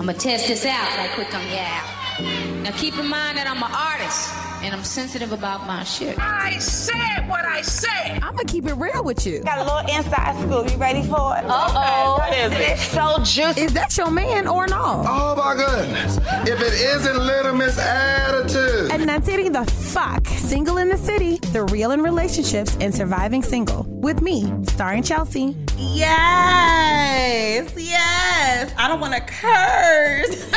I'ma test this out right quick on y'all. Now keep in mind that I'm an artist and I'm sensitive about my shit. I said what I said. I'm gonna keep it real with you. Got a little inside scoop. You ready for it? Uh-oh. Okay, what is it? So juicy. Is that your man or no? Oh my goodness. If it isn't Little Miss Attitude. And that's it the fuck. Single in the City, The Real in Relationships and Surviving Single. With me, starring Chelsea. Yes, yes. I don't want to curse.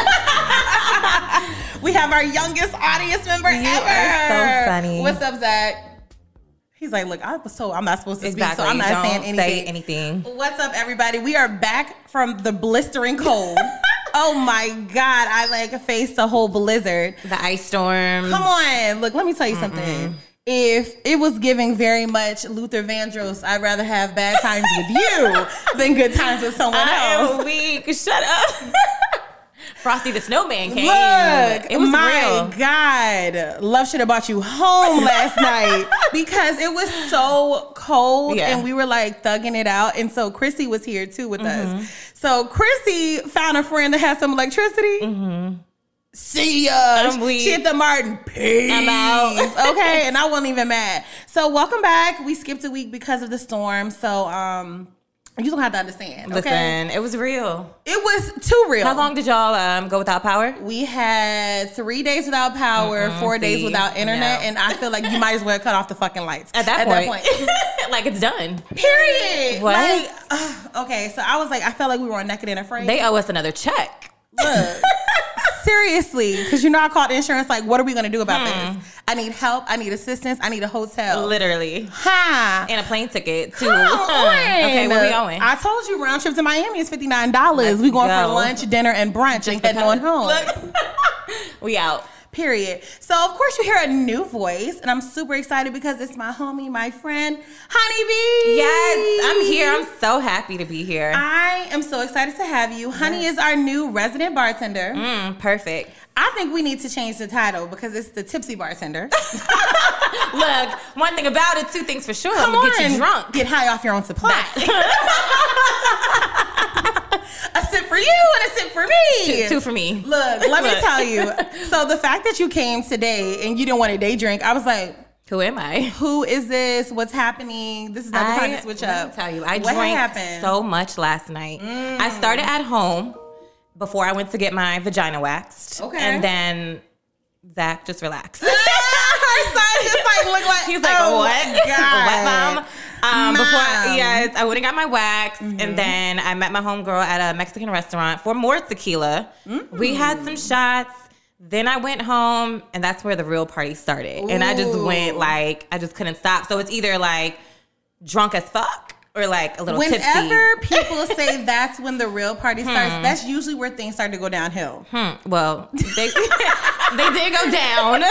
we have our youngest audience member You ever. are so funny. What's up, Zach? He's like, look, I was told I'm not supposed to speak, Exactly. so I'm not Don't saying anything. say anything. What's up, everybody? We are back from the blistering cold. oh my god, I like faced a whole blizzard. The ice storm. Come on, look, let me tell you something. If it was giving very much Luther Vandross, I'd rather have bad times with you than good times with someone I else. am weak. Shut up. Frosty the Snowman came. Look, it was my real. God, love should have brought you home last night because it was so cold Yeah. and we were like thugging it out. And so Chrissy was here too with Mm-hmm. us. So Chrissy found a friend that had some electricity. See ya. Mm-hmm. weak. she hit the Martin. Peace. I'm out. okay, and I wasn't even mad. So welcome back. We skipped a week because of the storm. So um, you don't have to understand. Listen, Okay, it was real. it was too real. How long did y'all um, go without power? We had three days without power, four days see, without internet, no. and I feel like you might as well cut off the fucking lights At that point, like it's done. Period. What? Like, ugh, okay, so I was like, I felt like we were on naked and afraid. They owe us another check. Look, seriously, because you know I called insurance. Like, what are we gonna do about Hmm. this? I need help. I need assistance. I need a hotel. Literally. Ha. And a plane ticket too. Come on. okay, where we going? I told you round trip to Miami is fifty nine dollars. We going go. for lunch, dinner, and brunch, and heading on home. we out. Period. So of course you hear a new voice, and I'm super excited because it's my homie, my friend, Honeybee. Yes, I'm here. I'm so happy to be here. I am so excited to have you. Honey is our new resident bartender. Mm, perfect. I think we need to change the title because it's the tipsy bartender. Look, one thing about it, two things for sure. Come I'm gonna get on. you drunk. Get high off your own supply. a sip for you and a sip for me. Two for me. Look, let me Look. tell you. So the fact that you came today and you didn't want a day drink, I was like, Who am I? who is this? What's happening? This is not the time to switch let up. me tell you, I what drank happened? Mm. so much last night. I started at home before I went to get my vagina waxed. Okay. And then Zach just relaxed. her son just like looked like He's like, oh my what? God. what, mom? Um, Before, I, Mom. Mm-hmm. yes, I went and got my wax, and then I met my homegirl at a Mexican restaurant for more tequila. We had Mm. some shots. Then I went home, and that's where the real party started. And I just went like I just couldn't stop. So it's either like drunk as fuck or like a little Whenever people say that's when the real party starts, Hmm. that's usually where things start to go downhill. tipsy. Well, they they did go down.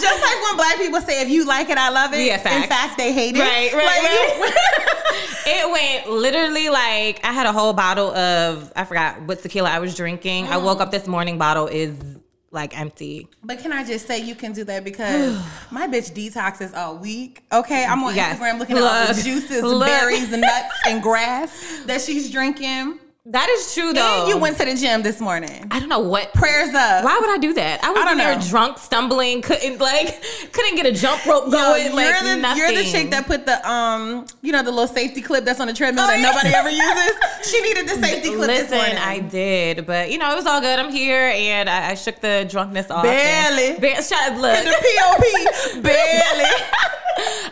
Just like when black people say, if you like it, I love it. Yeah, facts. In fact, they hate it. Right, right, Like, It went literally like I had a whole bottle of I forgot what tequila I was drinking. I woke Mm. up this morning, bottle is like empty. But can I just say you can do that because my bitch detoxes all week. Okay, I'm on Yes. Instagram looking at all the Look, juices, look. berries, and nuts, and grass that she's drinking. That is true though. And you went to the gym this morning. I don't know what. Prayers up. Why would I do that? I was I don't in there know. drunk, stumbling, couldn't like couldn't get a jump rope Yo, going. you're, like, the, nothing. you're the chick that put the um, you know, the little safety clip that's on the treadmill Oh, that yeah. nobody ever uses. She needed the safety clip. this Listen, morning. I did, but you know it was all good. I'm here, and I, I shook the drunkenness off. and- Barely. Ba- shut, look, the POP barely.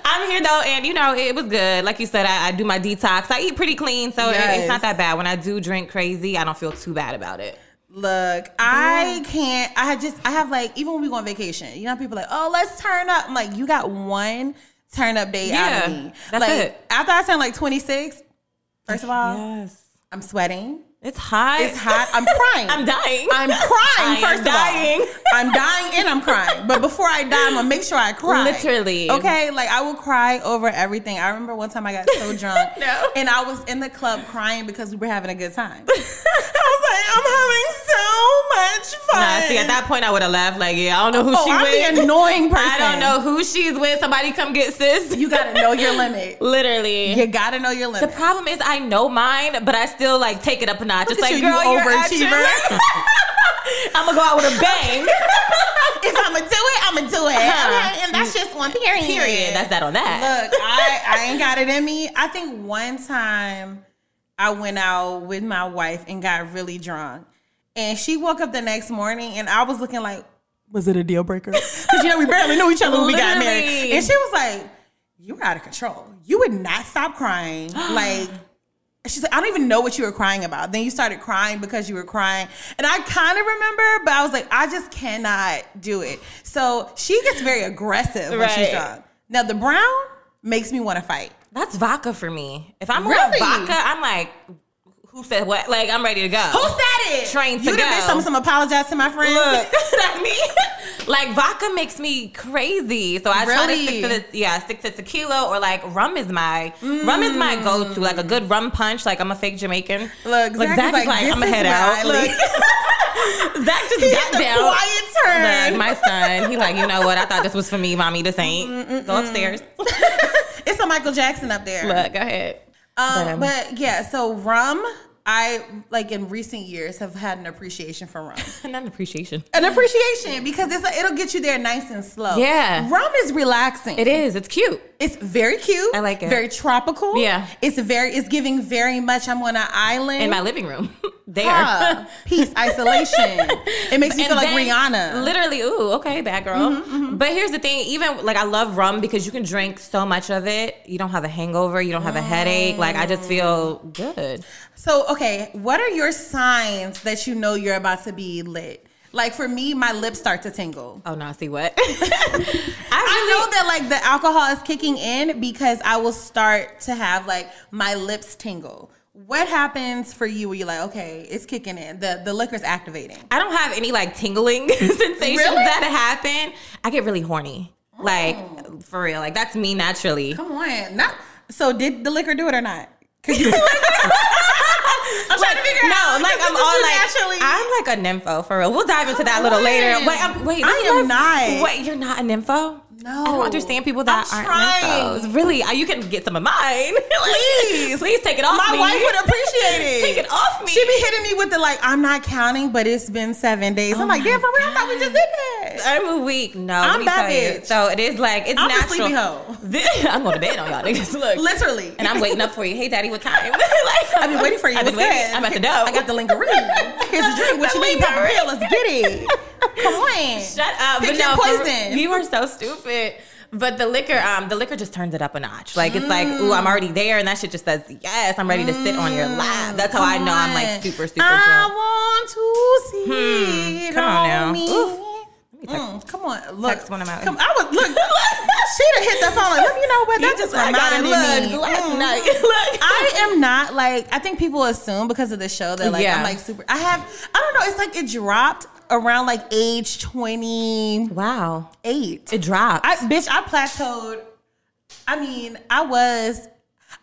I'm here though, and you know it was good. Like you said, I, I do my detox. I eat pretty clean, so it- Yes. it's not that bad. When I do drink crazy, I don't feel too bad about it. Look, I can't. I just I have like even when we go on vacation, you know, people like, oh, let's turn up. I'm like, you got one turn up day out of Yeah, me. that's like it. after I turned like 26, first of all, Yes, I'm sweating. it's hot. Uh, It's hot. I'm crying. I'm dying. I'm crying, I am first of dying. all. I'm dying and I'm crying. But before I die, I'm gonna make sure I cry. Literally. Okay, like I will cry over everything. I remember one time I got so drunk. No. And I was in the club crying because we were having a good time. I was like, I'm much fun. Nah, see, at that point, I would have left. Like, yeah, I don't know who oh, she I'm with. the annoying person. I don't know who she's with. Somebody come get sis. You gotta know your limit. Literally. You gotta know your The limit. problem is, I know mine, but I still like take it up a notch. It's at like, you, you girl, you are overachiever. overachiever. I'm gonna go out with a bang. if I'ma do it, I'ma do it. Uh-huh. Okay, and that's just one period. Period. That's that on that. Look, I, I ain't got it in me. I think one time I went out with my wife and got really drunk. And she woke up the next morning and I was looking like, was it a deal breaker? Because, you know, we barely knew each other when we got married. Literally. And she was like, you were out of control. You would not stop crying. like, she's like, I don't even know what you were crying about. Then you started crying because you were crying. And I kind of remember, but I was like, I just cannot do it. So she gets very aggressive when she's Right. drunk. Now the brown makes me want to fight. That's vodka for me. If I'm Really? around vodka, I'm like, who said what? Like, I'm ready to go. Who said it? Train to you the go. bitch. I'm some apologize to my friend. Look, that's me. like vodka makes me crazy, so I try to stick to Really? the yeah, I stick to tequila or like rum is my rum is my go to. Like a good rum punch. Like I'm a fake Jamaican. Mm. Look, like Zach is like, this I'ma is where I Look, Zach just He got had the down. quiet turn. Look, my son, he like you know what? I thought this was for me, mommy. This ain't. Go upstairs. Look, it's a Michael Jackson up there. go ahead. Um, Them. but yeah, so rum. I like in recent years have had an appreciation for rum. Not an appreciation. an appreciation because it's it'll get you there nice and slow. Yeah. rum is relaxing. It is. It's cute. It's very cute. I like it. Very tropical. Yeah. It's very. It's giving very much. I'm on an island In my living room. there. Huh. Peace, isolation. It makes me feel like Rihanna. Mm-hmm, Literally, ooh, okay, bad girl. But here's the thing, even like I love rum because you can drink so much of it. You don't have a hangover, you don't have a headache. Like I just feel good. So, okay, what are your signs that you know you're about to be lit? Like for me, my lips start to tingle. Oh no, see what? I, I really, know that like the alcohol is kicking in because I will start to have like my lips tingle. What happens for you where you're like, okay, it's kicking in. The the liquor's activating. I don't have any like tingling sensations Really? that happen. I get really horny. Oh. Like for real. Like that's me naturally. Come on. Not, so did the liquor do it or not? Cause you I'm trying to figure no, out. like This I'm is all you like naturally. I'm like a nympho for real. We'll dive into that a little on. later. Wait, I'm, wait, I this am is- not. Wait, you're not a nympho? No. I don't understand people that I'm aren't trying. nymphos. Really, uh, you can get some of mine. Like, Please. please take it off My me. wife would appreciate it. Take it off me. She be hitting me with the like, I'm not counting, but it's been seven days. I'm like, Oh my damn, for real? I thought we just did that. I'm a weak. No, I'm let me tell that you. bitch. So it is like it's I'm a natural. sleepy hoe. This- I'm going to bed on y'all niggas. Look, Literally. and I'm waiting up for you. Hey, daddy, what time? like, I've been waiting for you. I've been What's waiting. good? I'm at the door. I got the lingerie. Here's the drink. What The you need? Pop a lingerie. pill. Let's get it. Come on. Shut up. Pick but your no, for- poison. you are so stupid. But the liquor, um, the liquor just turns it up a notch. Like it's like, ooh, I'm already there, and that shit just says, yes, I'm ready to sit on your lap. That's how I know I'm like super, super I want drunk. to see Hmm. it Come on on, now. me. Oof. Mm, come on, look. Text one of my- Come, I would look. She'd have hit the phone. Like, you know what? That You just I got a reminded me. look last Mm. night. Look, I am not like I think people assume because of the show that like Yeah. I'm like super. I have I don't know. It's like it dropped around like age twenty wow, eight. it dropped. I bitch, I plateaued. I mean, I was.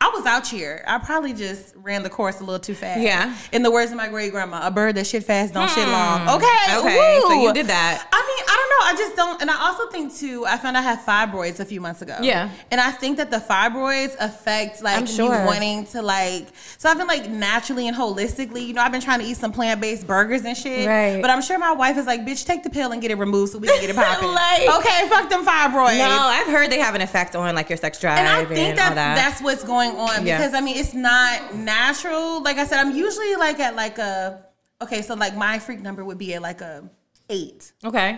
I was out here. I probably just ran the course a little too fast. Yeah. Hmm. In the words of my great grandma, a bird that shit fast don't shit long. Okay. Okay, so you woo. did that. I mean, I don't know. I just don't. And I also think too. I found I had fibroids a few months ago. Yeah. And I think that the fibroids affect I'm like sure. me wanting to like. So I've been like naturally and holistically. You know, I've been trying to eat some plant based burgers and shit. Right. But I'm sure my wife is like, bitch, take the pill and get it removed so we can get it popping. Like- okay, fuck them fibroids. no, I've heard they have an effect on like your sex drive And and, I think that, all that. that's what's going on Yeah. because I mean it's not natural. Like I said, I'm usually like at like a okay, so like my freak number would be at like a eight. okay.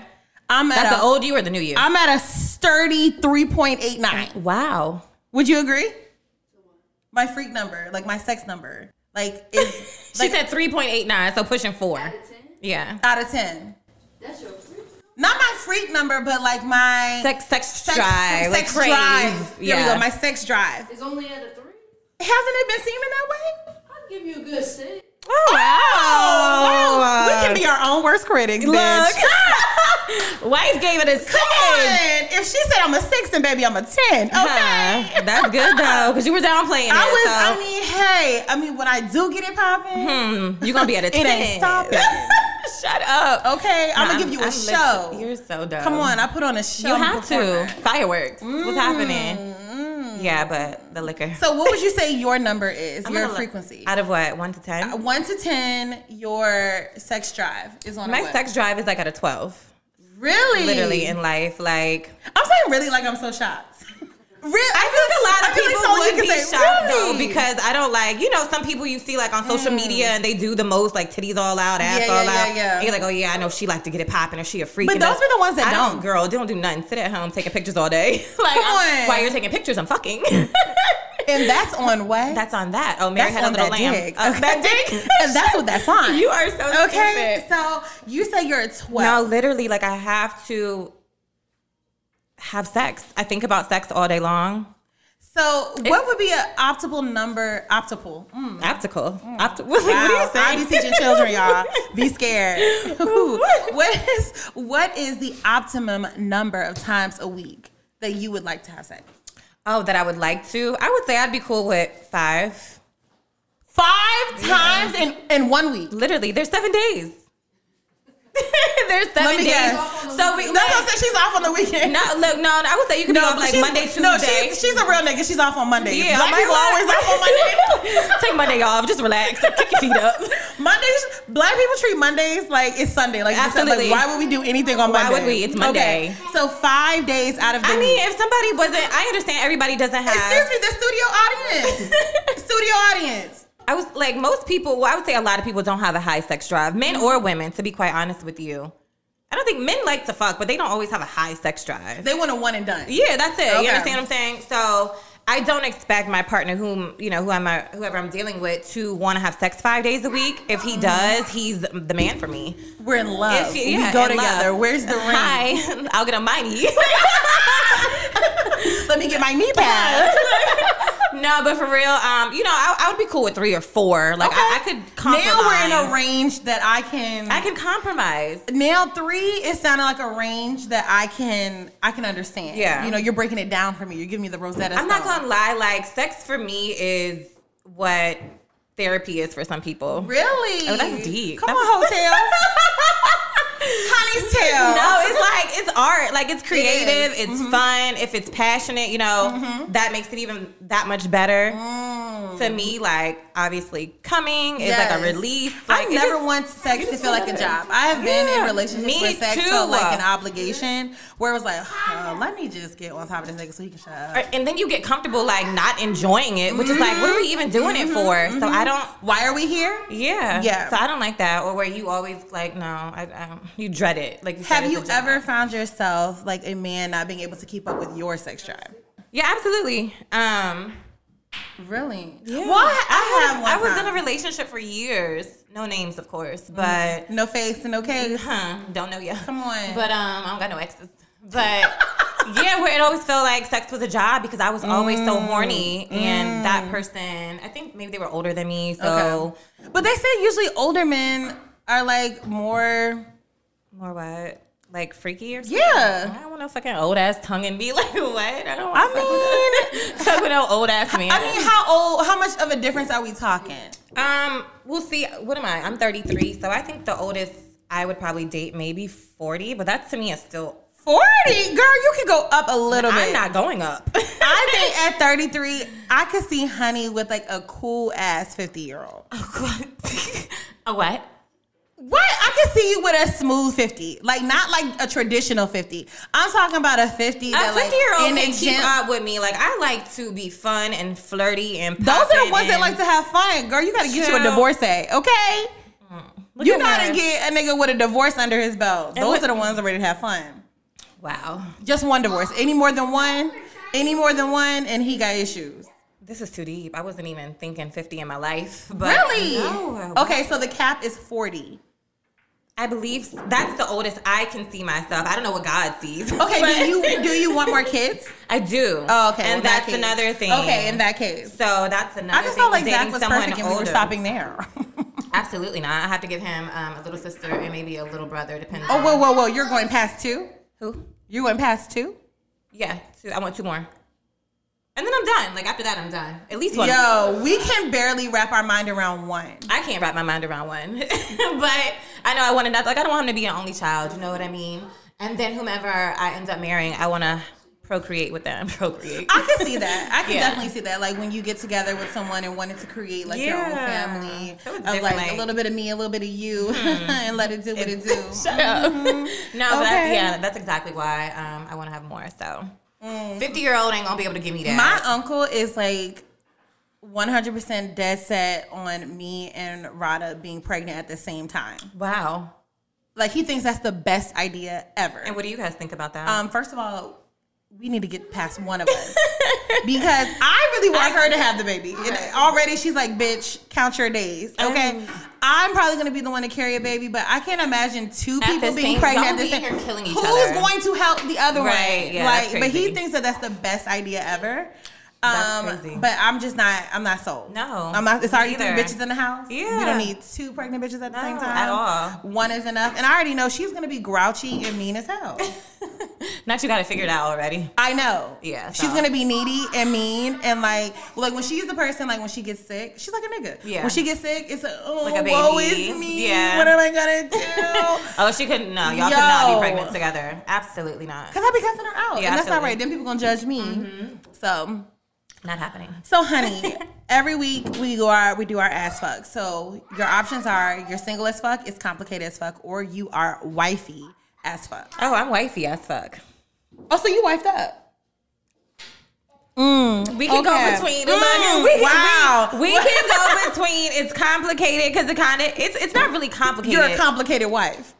I'm at That's a, the old you or the new you? I'm at a sturdy three point eight nine. wow. Would you agree? My freak number, like my sex number, like is She like said 3.89, so pushing four. Yeah. out of ten. Not my freak number, but like my Sex, sex, sex, drive, like sex crave. drive. There yeah. we go. My sex drive. It's only at a three. Hasn't it been seeming that way? I'll give you a good six. Oh, wow. wow. We can be our own worst critics, bitch. Ah, Look. Wife gave it a six. Come on. If she said I'm a six, then baby, I'm a ten. Okay. Huh. That's good though, because you were downplaying it. I was. I so mean, hey. I mean, when I do get it popping, you're gonna be at a it ten. ain't stopping. Shut up. Okay, I'm gonna Nah, give you a I'm lit- show. You're so dumb. Come on, I put on a show. You I'm a have to. performer. Fireworks. What's happening? Yeah, but the liquor. Mm-hmm. So, what would you say your number is? I'm your gonna look. frequency. Uh, Out of what? One to ten? One to ten, your sex drive is on. a My what? sex drive is like at a twelve. really, Literally in life. Like I'm saying really like I'm so shocked. Real, I feel like a lot of I feel like people someone would could be say, shocked though "Really?" Mm. because I don't like you know some people you see like on social media and they do the most like titties all out, ass Yeah, all yeah, out. yeah, yeah. And you're like, oh yeah, I know she like to get it popping or she a freak. But and those that's- be the ones that I don't. Girl, don't do nothing. Sit at home taking pictures all day. like Come I'm- on. while you're taking pictures, I'm fucking. and that's on what? That's on that. Oh, Mary that's had a on little that lamb. dick. Uh, Okay. That dick. and that's what that's on. You are so okay. stupid. So you say you're a No, twelve. literally, like I have to have sex. I think about sex all day long. so what would be an optimal number? Optimal. Mm. Optical. Opt- what, what are Wow, I you saying? be teaching children, y'all. Be scared. Ooh. what is what is the optimum number of times a week that you would like to have sex? Oh, that I would like to. I would say I'd be cool with five. Five times in, in one week. Literally, there's seven days. there's seven me days. guess. So we That's like, what I'm saying. She's off on the weekend. no, look, no. I would say you could be off but like she's- Monday, Tuesday. No, she's, she's a real nigga. She's off on Mondays. yeah, black I'm like, people what? always off on Mondays. Take Monday off. Just relax. Kick your feet up. Mondays, black people treat Mondays like it's Sunday. Like, it's Sunday. Absolutely. Like, why would we do anything on Why Monday? would we? It's Monday. Okay. So five days out of the I week. mean, if somebody wasn't, I understand everybody doesn't Excuse have. me, the studio audience. studio audience. I was like, most people, well, I would say a lot of people don't have a high sex drive, men Mm-hmm. or women, to be quite honest with you. I don't think men like to fuck, but they don't always have a high sex drive. They want a one and done. Yeah, that's it. Okay. You understand what I'm saying? So I don't expect my partner, whom you know, who I'm, uh, whoever I'm dealing with, to want to have sex five days a week. If he does, he's the man for me. We're in love. If you- yeah, we go and together. love. Where's the ring? Hi, I'll get a miney. Let me get my knee pad. no, but for real, um, you know, I, I would be cool with three or four. Like I, I could compromise. Now we're in a range that I can. I can compromise. now three is sounding like a range that I can I can understand. Yeah. you know, you're breaking it down for me. You're giving me the Rosetta. I'm not Stone. gonna lie. Like sex for me is what therapy is for some people. Really? Oh, that's deep. Come That on, hotel. Honey's tail. No, it's like it's art. Like it's creative. is. Mm-hmm. it's fun. If it's passionate, you know, that makes it even that much better. To me, like obviously coming is like Mm. Yes. a release. I Like, it never just- want sex to feel like a job. I have been in Yeah, relationships me where sex too. felt like an obligation, where it was like, "Oh, let me just get on top of this nigga so he can shut up. And then you get comfortable like not enjoying it, which is like, what are we even doing it for? So I don't. Mm-hmm. Why are we here? Yeah. Yeah. So I don't like that. Or where you always like, no, I, I don't- you dread it. Like, you said, Have it's you a job. ever found yourself like a man not being able to keep up with your sex drive? Yeah, absolutely. Um. Really? yeah. Well, I, I was- have one. I was time. in a relationship for years. No names, of course, but. no face and no case. Huh, don't know yet. Mm-hmm. Come on. But um, I don't got no exes. But yeah, where it always felt like sex was a job because I was always so horny, Mm, and that person, I think maybe they were older than me, so But they say usually older men are like more. more what. Like freaky or something? Yeah. I don't want no fucking old ass tongue and be like, what? I don't want I mean, fuck with no old ass man. I mean, how old? How much of a difference are we talking? Um, we'll see. What am I? I'm 33, so I think the oldest I would probably date maybe 40, but that to me is still. Forty, girl, you could go up a little bit. I'm not going up. I think at 33, I could see honey with like a cool ass 50 year old. a what? What? I could see you with a smooth 50. Like not like a traditional 50. I'm talking about a 50 A that like 50 year in old the can keep gym. up with me. Like I like to be fun and flirty and. Those are the poppin' ones that and- like to have fun. Girl, you gotta get you a Chill. divorcee, okay? Look You at gotta her. get a nigga with a divorce under his belt. Those what- are the ones that ready to have fun. Wow, Just one divorce. Any more than one, any more than one, and he got issues. this is too deep. I wasn't even thinking 50 in my life. But Really? No. okay, so the cap is 40. I believe that's the oldest I can see myself. I don't know what God sees. Okay, but do you do you want more kids? I do. Oh, okay. And well, in that that's case. another thing. Okay, in that case. So that's another. I just thing. felt like Zach Dating was someone perfect and we were older. stopping there. Absolutely not. I have to give him um, a little sister and maybe a little brother, depending. oh, on whoa, whoa, whoa. You're going past two? Who? You went past two? Yeah, two. I want two more. And then I'm done. Like after that, I'm done. At least one. Yo, we can barely wrap our mind around one. I can't wrap my mind around one, but I know I want another. Like I don't want him to be an only child. You know what I mean? And then whomever I end up marrying, I want to procreate with them. Procreate. I can see that. I can Yeah. definitely see that. Like when you get together with someone and wanting to create like your own Yeah. family That was of different, like, a like- little bit of me, a little bit of you, and let it do what it do. Shut up. No, but I, Okay. yeah, that's exactly why um, I want to have more. So, fifty year old ain't gonna be able to give me that. Mm. My uncle is like 100% dead set on me and Rada being pregnant at the same time. wow. Like he thinks that's the best idea ever. And what do you guys think about that? Um, first of all, we need to get past one of us because I really want her to have the baby. And already she's like, bitch, count your days. Okay. I'm probably gonna be the one to carry a baby, but I can't imagine two At people the being same- pregnant y'all at the being same here killing each Who's other. going to help the other Right, one? yeah, like, that's but he crazy. thinks that that's the best idea ever. Um, That's crazy. but I'm just not. I'm not sold. No, I'm not. It's already me three neither. bitches in the house. we Yeah. don't need two pregnant bitches at the same No, time at all. One is enough, and I already know she's gonna be grouchy and mean as hell. Not you got it figured out already. I know. Yeah, She's so- gonna be needy and mean and like like when she's the person like when she gets sick, she's like a nigga. Yeah. When she gets sick, it's like oh Like a woe baby. is me. Yeah. What am I gonna do? Oh, she couldn't. No, y'all could not Yo. be pregnant together. Absolutely not. Cause I be cussing her out. Yeah, and that's not absolutely. right. Then people gonna judge me. Mm-hmm. So Not happening. so honey, every week we go our we do our ass fuck. So your options are you're single as fuck, it's complicated as fuck, or you are wifey as fuck. Oh, I'm wifey as fuck. Oh, so you wifed up. We can Okay. go between. Mm, we can, wow. We, we can go between. It's complicated because it kind of it's it's not really complicated. You're a complicated wife.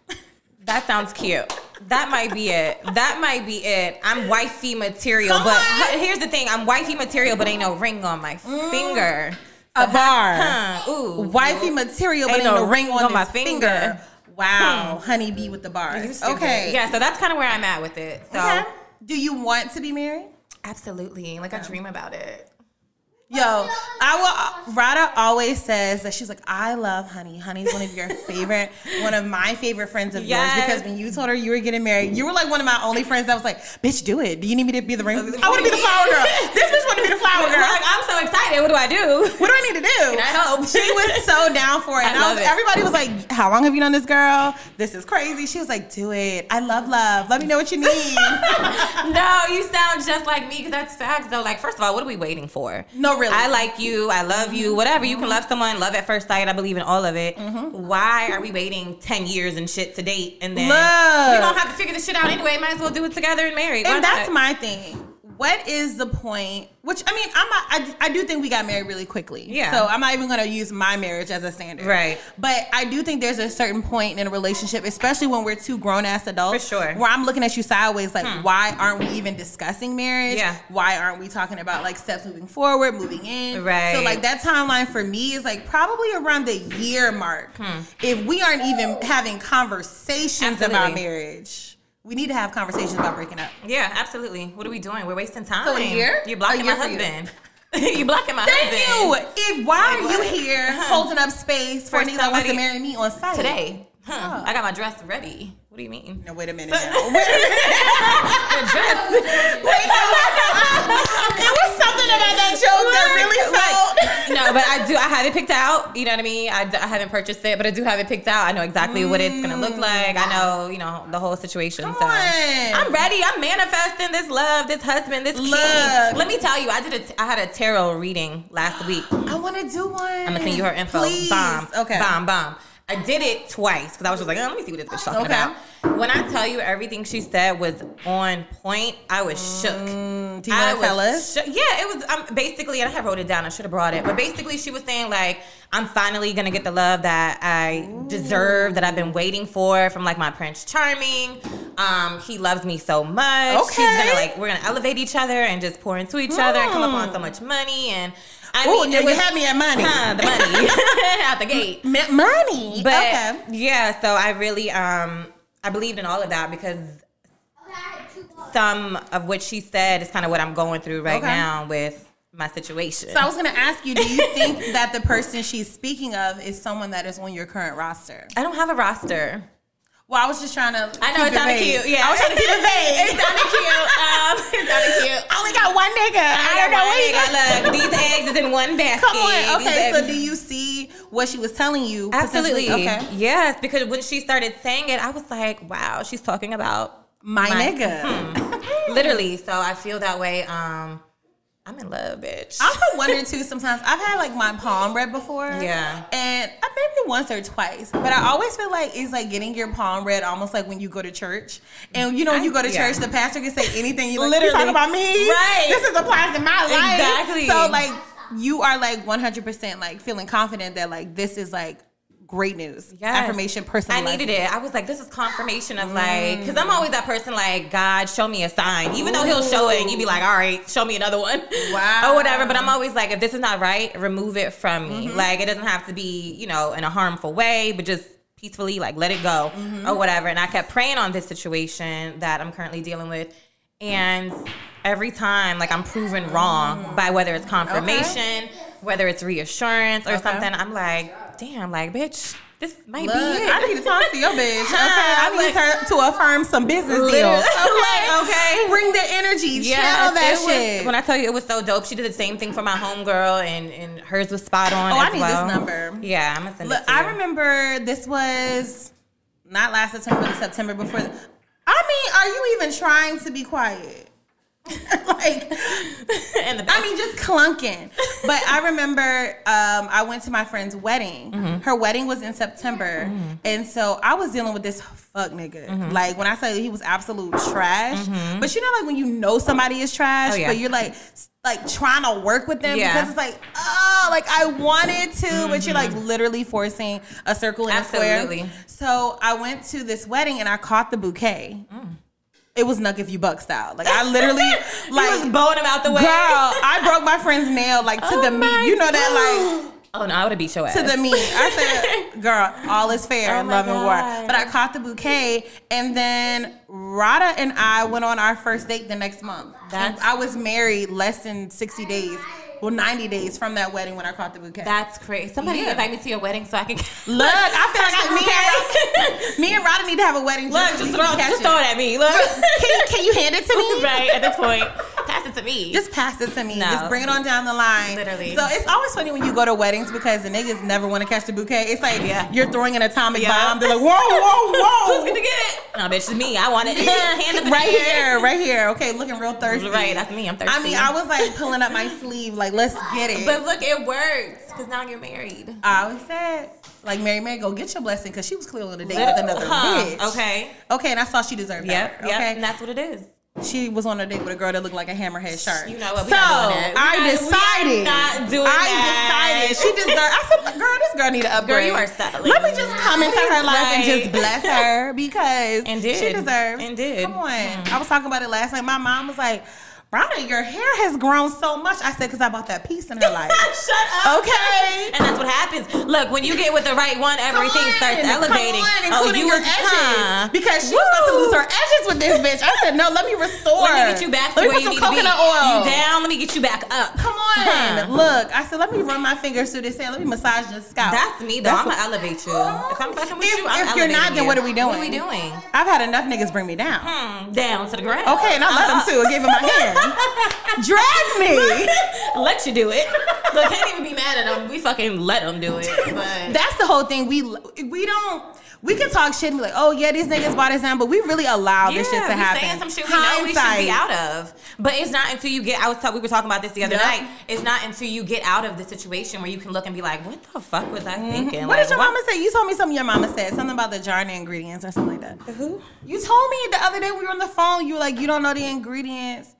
that sounds cute. That might be it. That might be it. I'm wifey material, Come but on. Mm. h- here's the thing: I'm wifey material, but ain't no ring on my finger. A bar. Uh, Huh. Ooh, wifey material, but ain't, Ain't no, no ring on, on my his finger. finger. Wow, honey bee with the bars. Stupid. Okay. Yeah, so that's kind of where I'm at with it. So Okay. Do you want to be married? absolutely, like I dream about it. Yo, I will. Rada always says that she's like, I love Honey. Honey's one of your favorite, one of my favorite friends of yours Yes. because when you told her you were getting married, you were like one of my only friends that was like, bitch, do it. Do you need me to be the ring? I want to be the flower girl. This bitch want to be the flower girl. Like I'm so excited. What do I do? what do I need to do? Can I help? She was so down for it. I and I was, love it. everybody was like, How long have you known this girl? This is crazy. She was like, Do it. I love love. Let me know what you need. No, you sound just like me because that's facts though. Like, first of all, what are we waiting for? No, really. Mm-hmm. I like you. I love you. Whatever. You can love someone. Love at first sight. I believe in all of it. Mm-hmm. Why are we waiting 10 years and shit to date? And then we Look. don't have to figure this shit out anyway. Might as well do it together and marry. Why and that's not? my thing. What is the point? Which I mean, I'm not, I, I do think we got married really quickly. Yeah. So I'm not even going to use my marriage as a standard. Right. But I do think there's a certain point in a relationship, especially when we're two grown ass adults, For sure. Hmm. where I'm looking at you sideways, like, why aren't we even discussing marriage? Yeah. Why aren't we talking about like steps moving forward, moving in? Right. So like that timeline for me is like probably around the year mark. Hmm. If we aren't even having conversations about Absolutely. marriage, we need to have conversations about breaking up. Yeah, absolutely. What are we doing? We're wasting time. So a year? You're blocking A year my for you. husband. You're blocking my Thank you. husband. If why are Like, you what? here Huh. holding up space for, uh-huh. For a nigga that wants to somebody- marry me on site Today. Oh. Huh. I got my dress ready. What do you mean? No, wait a minute. Now. Wait a minute. The dress. Wait, no, no, no. It was something about that joke that really sold. no, but I do. I have it picked out. You know what I mean? I, d- I haven't purchased it, but I do have it picked out. I know exactly what it's gonna look like. I know, you know, the whole situation. so Mm. on. I'm ready. I'm manifesting this love, this husband, this king. Look. Let me tell you, I did. A t- I had a tarot reading last week. I'm I want to do one. I'm gonna send you her info. Please. Bomb. Okay. Bomb. Bomb. I did it twice because I was just like, oh, let me see what this bitch Okay. talking about. When I tell you everything she said was on point, I was shook. Do you want to was tell us? sho- yeah, it was um, basically, and I had wrote it down. I should have brought it, but basically, she was saying like, I'm finally gonna get the love that I deserve, that I've been waiting for from like my Prince Charming. Um, he loves me so much. She's Okay. gonna like, we're gonna elevate each other and just pour into each other and come up on so much money and. I Ooh, mean, now it you was- had me at money. Huh, the money out the gate. Ma- Money. But okay. yeah, so I really um I believed in all of that because some of what she said is kind of what I'm going through right Okay. now with my situation. So I was going to ask you, do you think that the person she's speaking of is someone that is on your current roster? I don't have a roster. Well, I was just trying to. I know keep it sounded vague. cute. Yeah, I was trying to keep it vague. it sounded cute. Um, it sounded cute. I only got one nigga. I, don't know what he got. what you got. Look, these eggs is in one basket. Come on. These Okay, eggs- so do you see what she was telling you? Absolutely. potentially? Okay. Yes, because when she started saying it, I was like, wow, she's talking about My, My- hmm. nigga. literally. So I feel that way. Um, I'm in love, bitch. I also wonder too. Sometimes I've had like my palm read before. Yeah. and I maybe once or twice, but I always feel like it's like getting your palm read, almost like when you go to church. And you know, when you go to yeah. church, the pastor can say anything. You like, Literally. literally talk about me, Right. This is applies to my life, Exactly. So like, you are like one hundred percent like feeling confident that like this is like great news, Yes. affirmation, personal. Mm. I needed it. I was like, this is confirmation of like, because I'm always that person like, God, show me a sign. Even though he'll show it, and you'd be like, all right, show me another one. Wow. Mm-hmm. or whatever. But I'm always like, if this is not right, remove it from me. Like, it doesn't have to be, you know, in a harmful way, but just peacefully, like, let it go Mm-hmm. or whatever. And I kept praying on this situation that I'm currently dealing with. And every time, like, I'm proven Mm. wrong by whether it's confirmation, whether it's reassurance or something. I'm like, damn, like, bitch, this might Look, be it. I need to talk to your bitch. Okay, I Huh, need her to affirm some business Literally. deals. I'm like, okay. bring the energy. Yeah, Channel that it was- shit. When I tell you it was so dope, she did the same thing for my homegirl, and and hers was spot on. Oh, I as need well. this number. Yeah, I'm gonna send Look, it to you. I remember this was not last September, but September before. th- I mean, are you even trying to be quiet? like, and the I mean, just clunking. But I remember um, I went to my friend's wedding. Mm-hmm. Her wedding was in September. And so I was dealing with this fuck nigga. Mm-hmm. Like, when I say he was absolute trash, but you know, like when you know somebody is trash, Oh, yeah. but you're like, s- like trying to work with them Yeah. Mm-hmm. because it's like, oh, like I wanted to, but you're like literally forcing a circle in a Absolutely. square. So I went to this wedding and I caught the bouquet. Mm. It was Nuck If You Buck style. Like I literally like was blowing him out the way. Girl, I broke my friend's nail like to Oh the meat. my You know that like oh no, I would have beat your ass. to the meat. I said, girl, all is fair Oh in my love and war. God. But I caught the bouquet, and then Rada and I went on our first date the next month. That's- I was married less than sixty days, well ninety days from that wedding when I caught the bouquet. That's crazy. Somebody Yeah. invite me to your wedding so I can Look, I feel like I, me, and Okay. Rada, me and Rada need to have a wedding. look. so we Just throw, can catch just it. throw it at me. Look, Can, can you hand it to me? right at this point, pass it to me. Just pass it to me. No. Just bring it on down the line. Literally. So it's always funny when you go to weddings because the niggas never want to catch the bouquet. It's like Yeah. you're throwing an atomic Yeah. bomb. They're like, whoa, whoa, who's whoa. gonna get it? No, bitch, it's me. I want it. Hand it to right me. here, right here. Okay, looking real thirsty. Right, that's me. I'm thirsty. I mean, I was like pulling up my sleeve, like, let's get it. But look, it works because now you're married. I always said, like, Mary Mary, go get your blessing because she was clearly on a date with another Huh, bitch. Okay. Okay, and I saw she deserved Yep. that. Yep. Okay. And that's what it is. She was on a date with a girl that looked like a hammerhead shark. You know what? We so not doing that. We I not- we are decided. not doing I that. decided she deserved. I said, "Girl, this girl need to upgrade." Girl, you are settling. Let me just come into her life and Right. just bless her because And did. she deserves. And did. Mm-hmm. Come on. I was talking about it last night. My mom was like, "Rhonda, your hair has grown so much." I said, "Cause I bought that piece in her life." Shut up. Okay. And that's what happens. Look, when you get with the right one, everything Come on, starts elevating. Oh, Come on, including you your was- edges. huh. Because she's about to lose her edges with this bitch. I said, no, let me restore. Let me get you back to Let me where put you some need coconut to be. oil. You down? Let me get you back up. Come on. Look, I said, let me run my fingers through this hair. Let me massage your scalp. That's me though. I'm gonna elevate you. If I'm fucking with If- you, I'm if you're not, elevating then you. what are we doing? What are we doing? I've had enough niggas bring me down. Hmm, down to the ground. Okay, and I let him too. I gave him my hand. Drag me. let you do it. Look, can't even be mad at them. We fucking let them do it. But That's the whole thing. We we don't. We can talk shit and be like, oh yeah, these niggas bought us down, but we really allow this shit to we happen. Saying some shit we know we should be Hindsight. out of, but it's not until you get. I was talking. We were talking about this the other Yeah. night. It's not until you get out of the situation where you can look and be like, "What the fuck was I thinking?" Mm-hmm. What Like, did your mama say? You told me something your mama said. Something about the jar and the ingredients or something like that. Who? You told me the other day we were on the phone. You were like, you don't know the ingredients.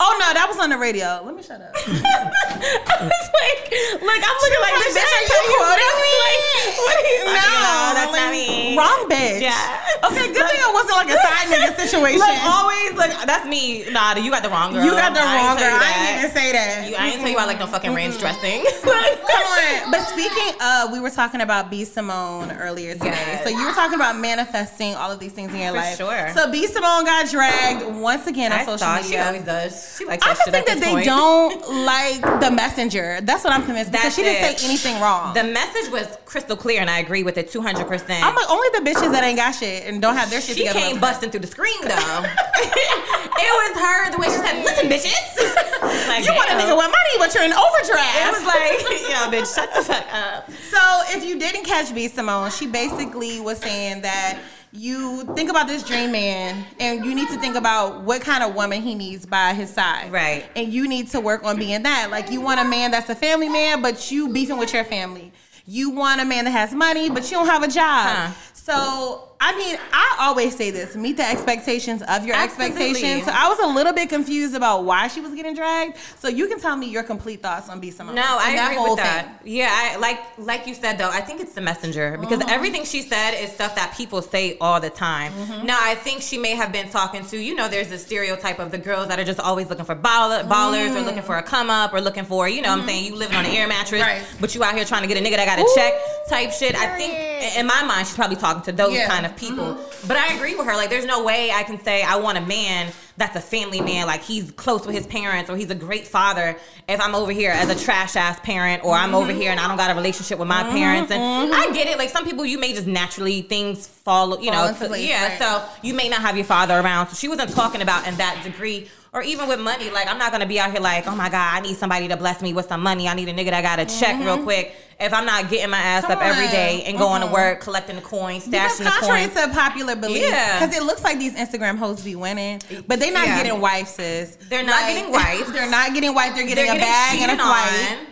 Oh no, that was on the radio. Let me shut up. I was like, "Look, I'm looking like this Bitch, are you bitch." I'm telling you quoting this, me? Like, what do you No, no, that's like, not me. Wrong bitch. Yeah. Okay, good thing it wasn't like a side nigga situation. Like always, like that's me. Nah, you got the wrong girl. you got the I ain't wrong tell girl. you I that. didn't even say that. You, I ain't tell you I like no fucking range dressing. Come on. But speaking of, we were talking about B. Simone earlier today. Yes. So you were talking about manifesting all of these things in your For life. sure. So B. Simone got dragged once again on I social saw media. she always does. She likes I that just shit at think that this they point. don't like the messenger. That's what I'm convinced. Because That's she didn't it. say anything wrong. The message was crystal clear, and I agree with it 200%. I'm like, only only the bitches that ain't got shit and don't have their shit She together. came busting through the screen though. it was her the way she said, "Listen, bitches, like, You want a damn. nigga with money, but you're in It overdraft. was like, yo, bitch, shut the fuck up. So if you didn't catch B Simone, she basically was saying that you think about this dream man and you need to think about what kind of woman he needs by his side. Right. And you need to work on being that. Like you want a man that's a family man, but you beefing with your family. You want a man that has money, but you don't have a job. Huh. So I mean, I always say this: meet the expectations of your Absolutely. expectations. So I was a little bit confused about why she was getting dragged. So you can tell me your complete thoughts on B Simone. No, I and that agree whole with that. Yeah, I, like like you said though, I think it's the messenger because Mm-hmm. everything she said is stuff that people say all the time. Mm-hmm. Now, I think she may have been talking to you know, there's this stereotype of the girls that are just always looking for baller, ballers or looking for a come up or looking for you know, what I'm saying you living on an air mattress, Mm. Mm-hmm. Right. but you out here trying to get a nigga that got a check type shit. I think i- in my mind she's probably talking to those Yeah. Mm-hmm. kind of people. But I agree with her. Like, there's no way I can say I want a man that's a family man, like he's close with his parents or he's a great father. If I'm over here as a trash ass parent, or I'm Mm-hmm. over here and I don't got a relationship with my parents, and I get it. Like some people, you may just naturally things fall, you Fall know, into so- place, yeah. right. So you may not have your father around. So she wasn't talking about in that degree. Or even with money, like I'm not gonna be out here like, oh my god, I need somebody to bless me with some money. I need a nigga that got a check real quick. If I'm not getting my ass Mm-hmm. Come up every on. Mm-hmm. day and going to work, collecting the coins, Because stashing the contrary coins, to popular belief, Yeah. because it looks like these Instagram hoes be winning, but they're not Yeah. getting wives, sis. They're not Like, getting wives. They're not getting wives. They're getting they're a bag and a cheated flight. on.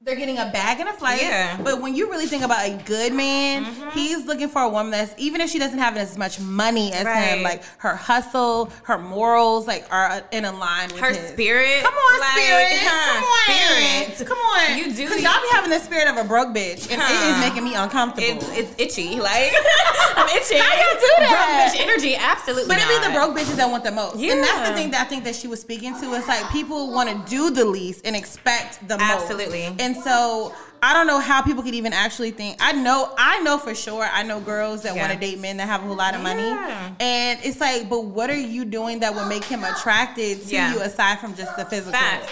They're getting a bag and a flight. Yeah. Mm-hmm. But when you really think about a good man, he's looking for a woman that's even if she doesn't have as much money as Right. him, like her hustle, her morals, like are in a line with her his. spirit. Come on, like, spirit. huh, Come on, spirit. Come on. You do. Cause y'all be having the spirit of a broke bitch, and it Huh. is making me uncomfortable. It's, it's itchy. Like I'm itchy. How y'all do that? Broke bitch energy. Absolutely. But it be not. the broke bitches that want the most. And that's Yeah. the thing that I think that she was speaking to. It's like people want to do the least and expect the most. Absolutely. And so I don't know how people could even actually think. I know, I know for sure. I know girls that Yeah. want to date men that have a whole lot of money. Yeah. And it's like, but what are you doing that would make him attracted to Yeah. you aside from just the physical? Facts.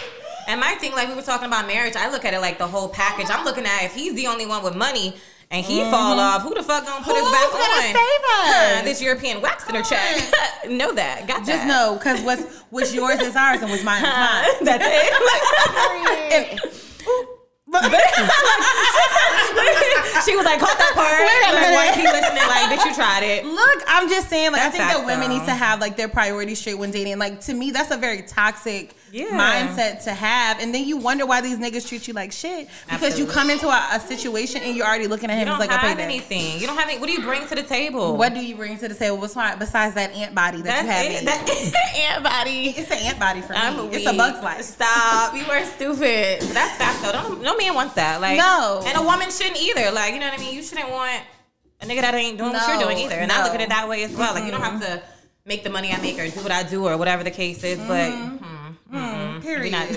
And my thing, like we were talking about marriage, I look at it like the whole package. I'm looking at if he's the only one with money and he fall off, who the fuck gonna put us Who's back Mm-hmm. gonna on? save us? Huh, this European wax in her check. know that. Got Just that. know, because what's what's yours is ours and what's mine is mine. Huh, That's it. she was like, caught that part. Wait a like, why minute. keep listening? Like, bitch, you tried it. Look, I'm just saying, like, That's I think that facts, women though. need to have like their priorities straight when dating. Like to me, that's a very toxic Yeah. mindset to have. And then you wonder why these niggas treat you like shit. Because you Absolutely. come into a, a situation and you're already looking at You him don't as like a have payday. anything. You don't have any. What do you bring to the table? What do you bring to the table besides, besides that ant body that That's you have? it. in you? That, ant body. it's an ant body for me. I'm it's a weak. bug's life. Stop. You are stupid. That's that though. Don't, no man wants that. Like No. And a woman shouldn't either. Like you know what I mean. You shouldn't want a nigga that ain't doing what No, you're doing either. And I look at it no. that way as well. Like you don't have to make the money I make or do what I do or whatever the case is. But hmm, we're Mm-hmm. Period. not. no,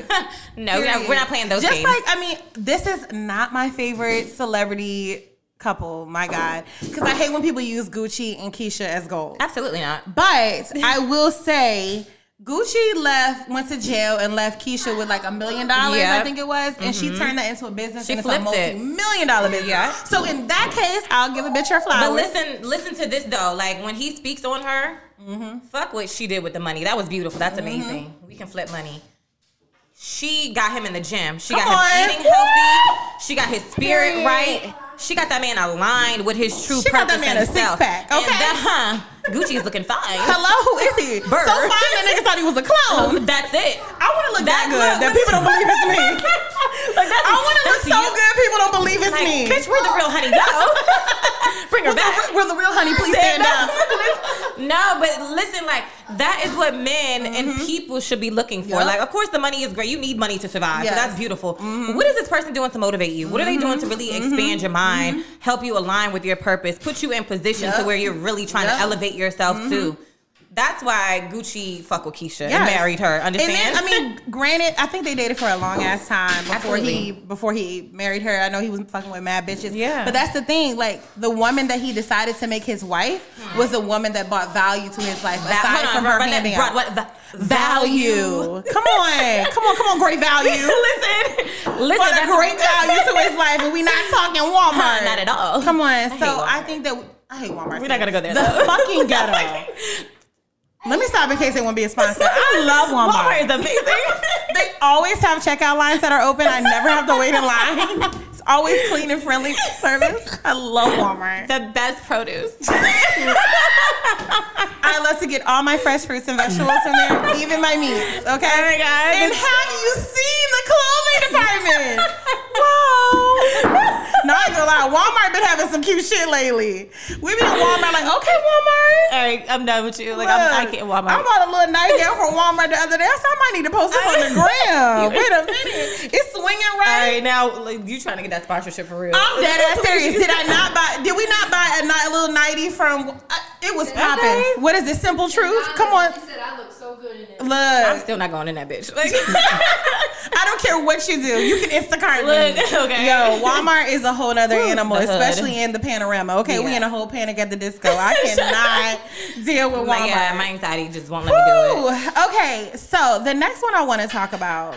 we're not, Period. we're not playing those Just games. like I mean, this is not my favorite celebrity couple. My God, because I hate when people use Gucci and Keisha as gold. Absolutely not. But I will say Gucci left, went to jail, and left Keisha with like a million dollars, I Yep. think it was, and Mm-hmm. she turned that into a business. She and it's a flipped it. multi-million dollar business. Yeah. So in that case, I'll give a bitch her flowers. But listen, listen to this though. Like when he speaks on her, Mm-hmm. fuck what she did with the money. That was beautiful. That's amazing. We can flip money. She got him in the gym. She Come got him on. eating healthy. She got his spirit right. She got that man aligned with his true She purpose got that man and a self. six-pack, And okay? that, huh? Gucci is looking fine. hello, who is he? Burr. So fine, that nigga thought he was a clone. That's it. I want to look that, That good look- that people don't believe it's me. Like, that's- I want to look that's so you. good people don't believe it's Like, me. bitch, where the real honey go? Bring her back. Will the real honey please stand up? no, but listen, like that is what men and people should be looking for. Mm-hmm. Yup. Like, of course, the money is great. You need money to survive, Yes. Mm-hmm. so that's beautiful. But What is this person doing to motivate you? What are they doing to really expand your mind, help you align with your purpose, put you in position to Mm-hmm. Yup. where you're really trying Yup. Mm-hmm. to elevate yourself to? That's why Gucci fuck with Keisha and Yes. married her. Understand? And then, I mean, granted, I think they dated for a long ass time before Absolutely. he before he married her. I know he was fucking with mad bitches. Yeah. But that's the thing. Like the woman that he decided to make his wife was the woman that brought value to his life. That- aside hold on, from her run that- handing run- out what- va- value. come on, come on, come on, great value. listen, listen. What a that's- great value to his life, and we not talking Walmart. Not at all. Come on. hate So Walmart. I think that I hate Walmart. We're not gonna go there. The though. fucking ghetto. Let me stop in case they won't be a sponsor. I love Walmart Walmart. is amazing. They always have checkout lines that are open. I never have to wait in line. It's always clean and friendly service. I love Walmart. the best produce. I love to get all my fresh fruits and vegetables from there, even my meats. Okay, God. And have you seen the clothing department? Whoa! Not gonna lie, Walmart been having some cute shit lately. We been at Walmart like, okay, Walmart. All right, I'm done with you. Like I'm, I Look, can't Walmart. I bought a little nightgown from Walmart the other day, so I might need to post it on the gram. Wait a minute, it's swinging All right. right, now like, you trying to get that sponsorship for real? I'm dead ass serious. Did I not buy? Did we not buy a, ni- a little nighty from? Uh, it was popping. What is this? Simple truth. Come on, She said I look so good in it. look. I'm still not going in that bitch. Like, I don't care what you do. You can Instacart me. Look, okay. Yo, Walmart is a whole other Woo, animal, the hood. especially in the panorama. Okay, we Yeah. in a whole panic at the disco. I cannot deal with Walmart. Like, yeah, my anxiety just won't let me do it. Ooh, okay, so the next one I want to talk about.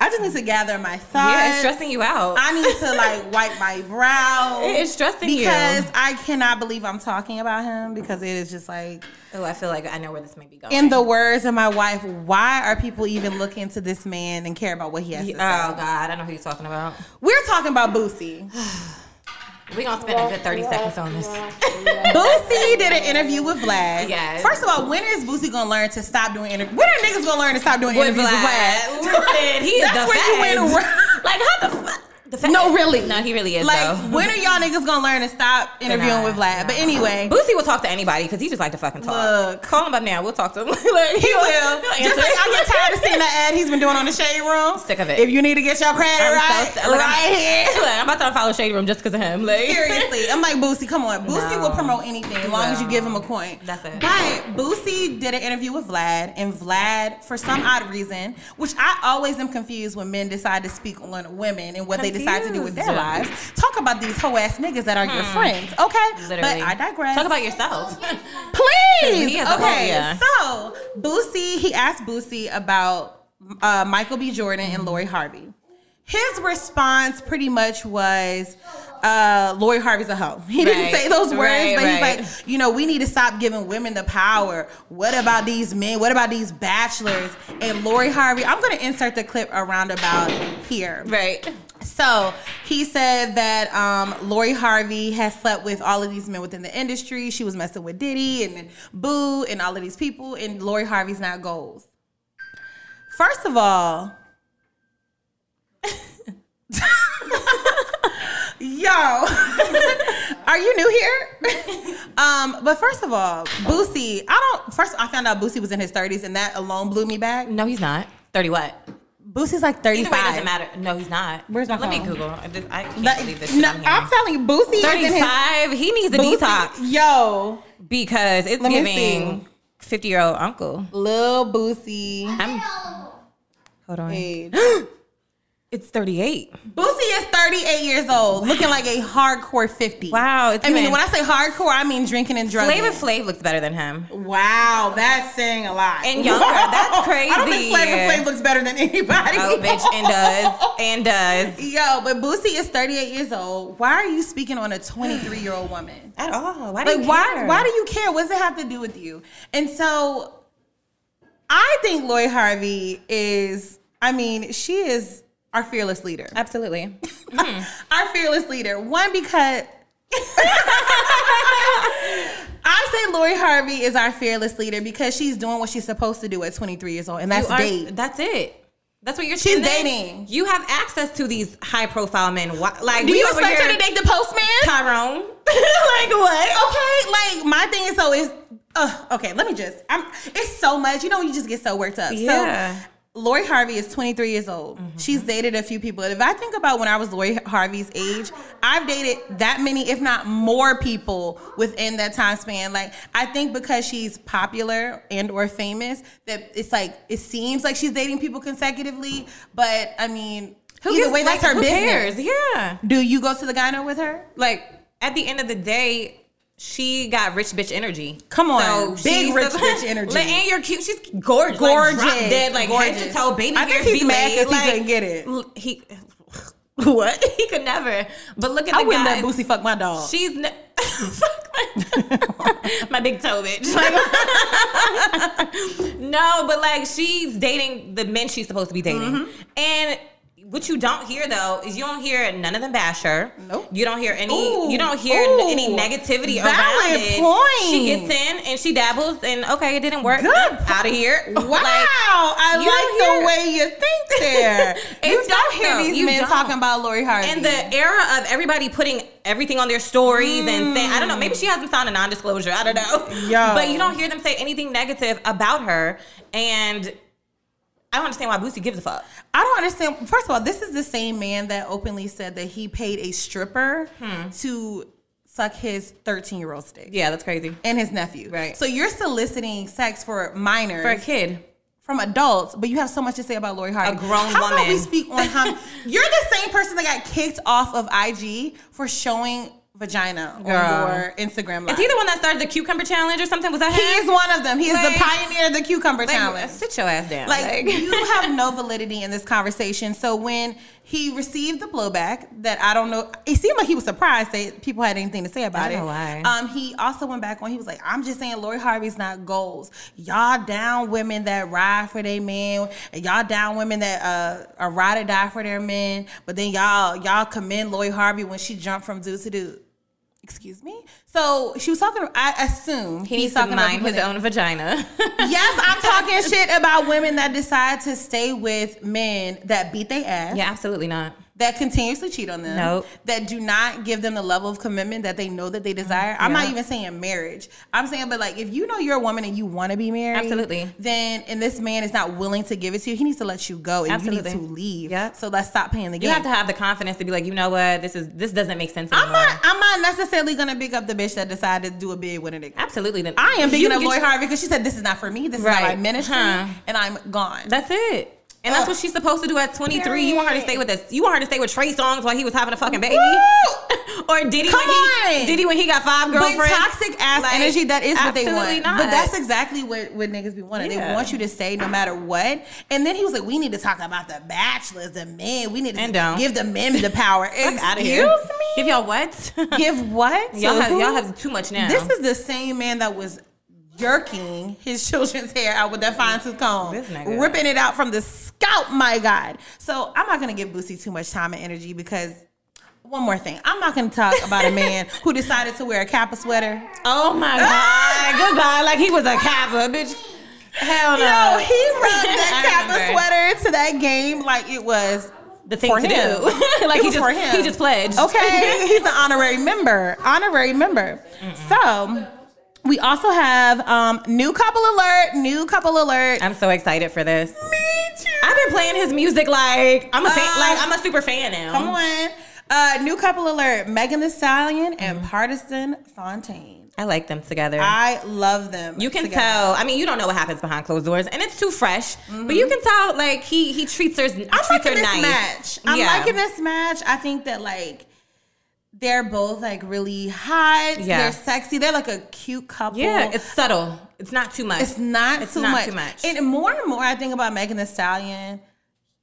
I just need to gather my thoughts. Yeah, it's stressing you out. I need to like wipe my brow. It is stressing you. because I cannot believe I'm talking about him because it is just like oh, I feel like I know where this may be going. in the words of my wife, why are people even looking to this man and care about what he has oh to say? God, I know who you're talking about. We're talking about Boosie. We gonna spend a good thirty seconds on this. Boosie did an interview with Vlad. Yes. First of all, when is Boosie gonna learn to stop doing interviews? When are niggas gonna learn to stop doing interviews with Vlad? Listen, he is That's the where you went feds. around. Like how the fuck? The feds. No, really. No, he really is. Like, though. when are y'all niggas gonna learn to stop interviewing Nah, with Vlad? But nah. anyway, Boosie will talk to anybody because he just like to fucking talk. Look. Call him up now. We'll talk to him. Like, he he will. he'll Just answer. like I get tired of seeing that ad he's been doing on the shade room. Sick of it. If you need to get your credit I'm right, so- like, I'm- right here. Like, I'm about to unfollow Shady Room just because of him. Like, Seriously, I'm like Boosie. Come on, Boosie No. will promote anything as long as you give him a coin. That's it. But Boosie did an interview with Vlad, and Vlad, for some odd reason, which I always am confused when men decide to speak on women and what they decide to do with their Confused. Hmm. lives. Talk about these hoe ass niggas that are your friends, okay? Literally. But I digress. Talk about yourself. please. Okay, He has a whole- yeah. so Boosie, he asked Boosie about uh, Michael B. Jordan and Lori Harvey. His response pretty much was, uh, Lori Harvey's a hoe. He didn't Right. say those words, Right, but right. he's like, you know, we need to stop giving women the power. What about these men? What about these bachelors? And Lori Harvey, I'm going to insert the clip around about here. right. So he said that um, Lori Harvey has slept with all of these men within the industry. She was messing with Diddy and then Boo and all of these people, and Lori Harvey's not goals. First of all, yo, are you new here? um, but first of all, Boosie, I don't. First, I found out Boosie was in his thirties, and that alone blew me back. No, he's not. 30 what? Boosie's like Either thirty-five. way, it doesn't matter. No, he's not. Where's my Let me phone? Google. I, just, I can't That- believe this shit no, I'm I'm hearing. telling you, Boosie is in his 35. He needs a Boosie- detox Yo, because it's Let me giving 50 year old uncle. Lil Boosie. I'm, hold on. Age. It's 38. Boosie is 38 years old, looking like a hardcore 50. Wow, it's I mean, been- when I say hardcore, I mean drinking and drugging. Flavor Flav looks better than him. Wow, that's saying a lot. And younger, that's I don't think crazy. Flavor Flav looks better than anybody. Oh, bitch, and does. And does. Yo, but Boosie is 38 years old. Why are you speaking on a 23 year old woman? At all. Why do Like, you why? care? Why do you care? What does it have to do with you? And so, I think Lori Harvey is. I mean, she is our fearless leader. Absolutely. Our fearless leader. One because. I say Lori Harvey is our fearless leader because she's doing what she's supposed to do at 23 years old, and that's You are- date. That's it. That's what you're She's and then dating. You have access to these high profile men. Why- Like, do we you over expect her here- to date the postman? Tyrone? like what? okay, like my thing is so is uh, okay. Let me just. I'm. It's so much. You know, you just get so worked up. Yeah. Mm-hmm. So, Lori Harvey is 23 years old. She's dated a few people. And if I think about when I was Lori Harvey's age, I've dated that many, if not more, people within that time span. Like I think because she's popular and or famous, that it's like it seems like she's dating people consecutively. But I mean, either gives- way, that's like, her who business. cares? Yeah. Do you go to the gyno with her? Like at the end of the day, she got rich bitch energy. Come on. Big she's rich the- bitch energy. Like, and you're cute. She's gorgeous. Gorgeous. Gorgeous. Like, drop dead. Like head Gorgeous. to toe, baby. I think hair, he's be mad 'cause laid, he like, couldn't get it. l- He. What? He could never. But look at the I wouldn't guys. let Boosie fuck my dog. She's ne- fuck my, my big toe bitch. Like, no, but like she's dating the men she's supposed to be dating, Mm-hmm. and. What you don't hear though is you don't hear none of them bash her. Nope. You don't hear any. Ooh, you don't hear ooh, any negativity around valid it. point. She gets in and she dabbles and okay, it didn't work. Good Out of here. Wow, I you don't like the way hear- you think there. you It's don't dope, hear though. these You men don't. talking about Lori Harvey. And the era of everybody putting everything on their stories and saying, I don't know, maybe she hasn't signed a non disclosure. I don't know. Yo. But you don't hear them say anything negative about her. And I don't understand why Boosie gives a fuck. I don't understand. First of all, this is the same man that openly said that he paid a stripper to suck his 13 year old's dick. Yeah, that's crazy. And his nephew. Right. So you're soliciting sex for minors For a kid. from adults, but you have so much to say about Lori Harvey. A grown How about we woman. speak on how you're the same person that got kicked off of IG for showing vagina Girl. on your Instagram live. Is he the one that started the cucumber challenge or something? Was that He him? is one of them. He is Like- the pioneer of the cucumber Like, challenge. sit your ass down. Like you have no validity in this conversation. So when he received the blowback, that I don't know, it seemed like he was surprised that people had anything to say about don't it. know why. Um, he also went back on. He was like, "I'm just saying, Lori Harvey's not goals. Y'all down women that ride for their men, and y'all down women that uh are ride or die for their men. But then y'all y'all commend Lori Harvey when she jumped from dude to dude." Excuse me. So she was talking. I assume he he's needs to talking about mind people his that- own vagina. Yes, I'm talking shit about women that decide to stay with men that beat their ass, yeah, absolutely not. that continuously cheat on them, Nope. that do not give them the level of commitment that they know that they desire. I'm not even saying marriage. I'm saying, but like, if you know you're a woman and you want to be married, Absolutely. then and this man is not willing to give it to you, he needs to let you go and Absolutely. you need to leave. Yep. So let's stop paying the game. You have to have the confidence to be like, you know what, this is this doesn't make sense anymore. I'm not. I'm not necessarily gonna big up the bitch that decided to do a bid with a nigga. absolutely. I am You bigging can up get Lori your- Harvey because she said this is not for me. This is not my Right. ministry, Huh. and I'm gone. That's it. And that's what she's supposed to do at 23. You want her to stay with us. You want her to stay with Trey Songs while he was having a fucking baby. Woo! or Diddy Come when on! he Diddy when he got five girlfriends. But toxic ass Like, energy, that is what they absolutely want. not. But that's exactly what, what niggas be wanting. They Yeah. want you to stay no matter what. And then he was like, we need to talk about the bachelors, the men. We need to And don't. give the men the power. Fuck outta Excuse here. me? Give y'all what? Give what? y'all To have who? y'all have too much now. This is the same man that was jerking his children's hair out with that fine tooth comb, This nigga. ripping it out from the scalp. My God! So I'm not gonna give Boosie too much time and energy because one more thing, I'm not gonna talk about a man who decided to wear a kappa sweater. oh my Ah! god. Goodbye. Like he was a kappa, bitch. Hell no. Yo, he rubbed that I kappa remember. sweater to that game like it was. the thing for to him. do. like It he was just for him. he just pledged. Okay, he's an honorary member. Honorary member. So. We also have um, new couple alert, new couple alert. I'm so excited for this. Me too. I've been playing his music like I'm a fan, Uh, like I'm a super fan now. Come on. Uh, new couple alert Megan Thee Stallion and Partisan Fontaine. I like them together. I love them. You can together. tell. I mean, you don't know what happens behind closed doors, and it's too fresh. But you can tell, like he he treats her. Mm-hmm. I'm treats liking her this nice. match. I'm Yeah. liking this match. I think that, like, they're both like really hot. Yeah. They're sexy. They're like a cute couple. Yeah, it's subtle. It's not too much. It's not, It's too, not much. too much. And more and more, I think about Megan Thee Stallion.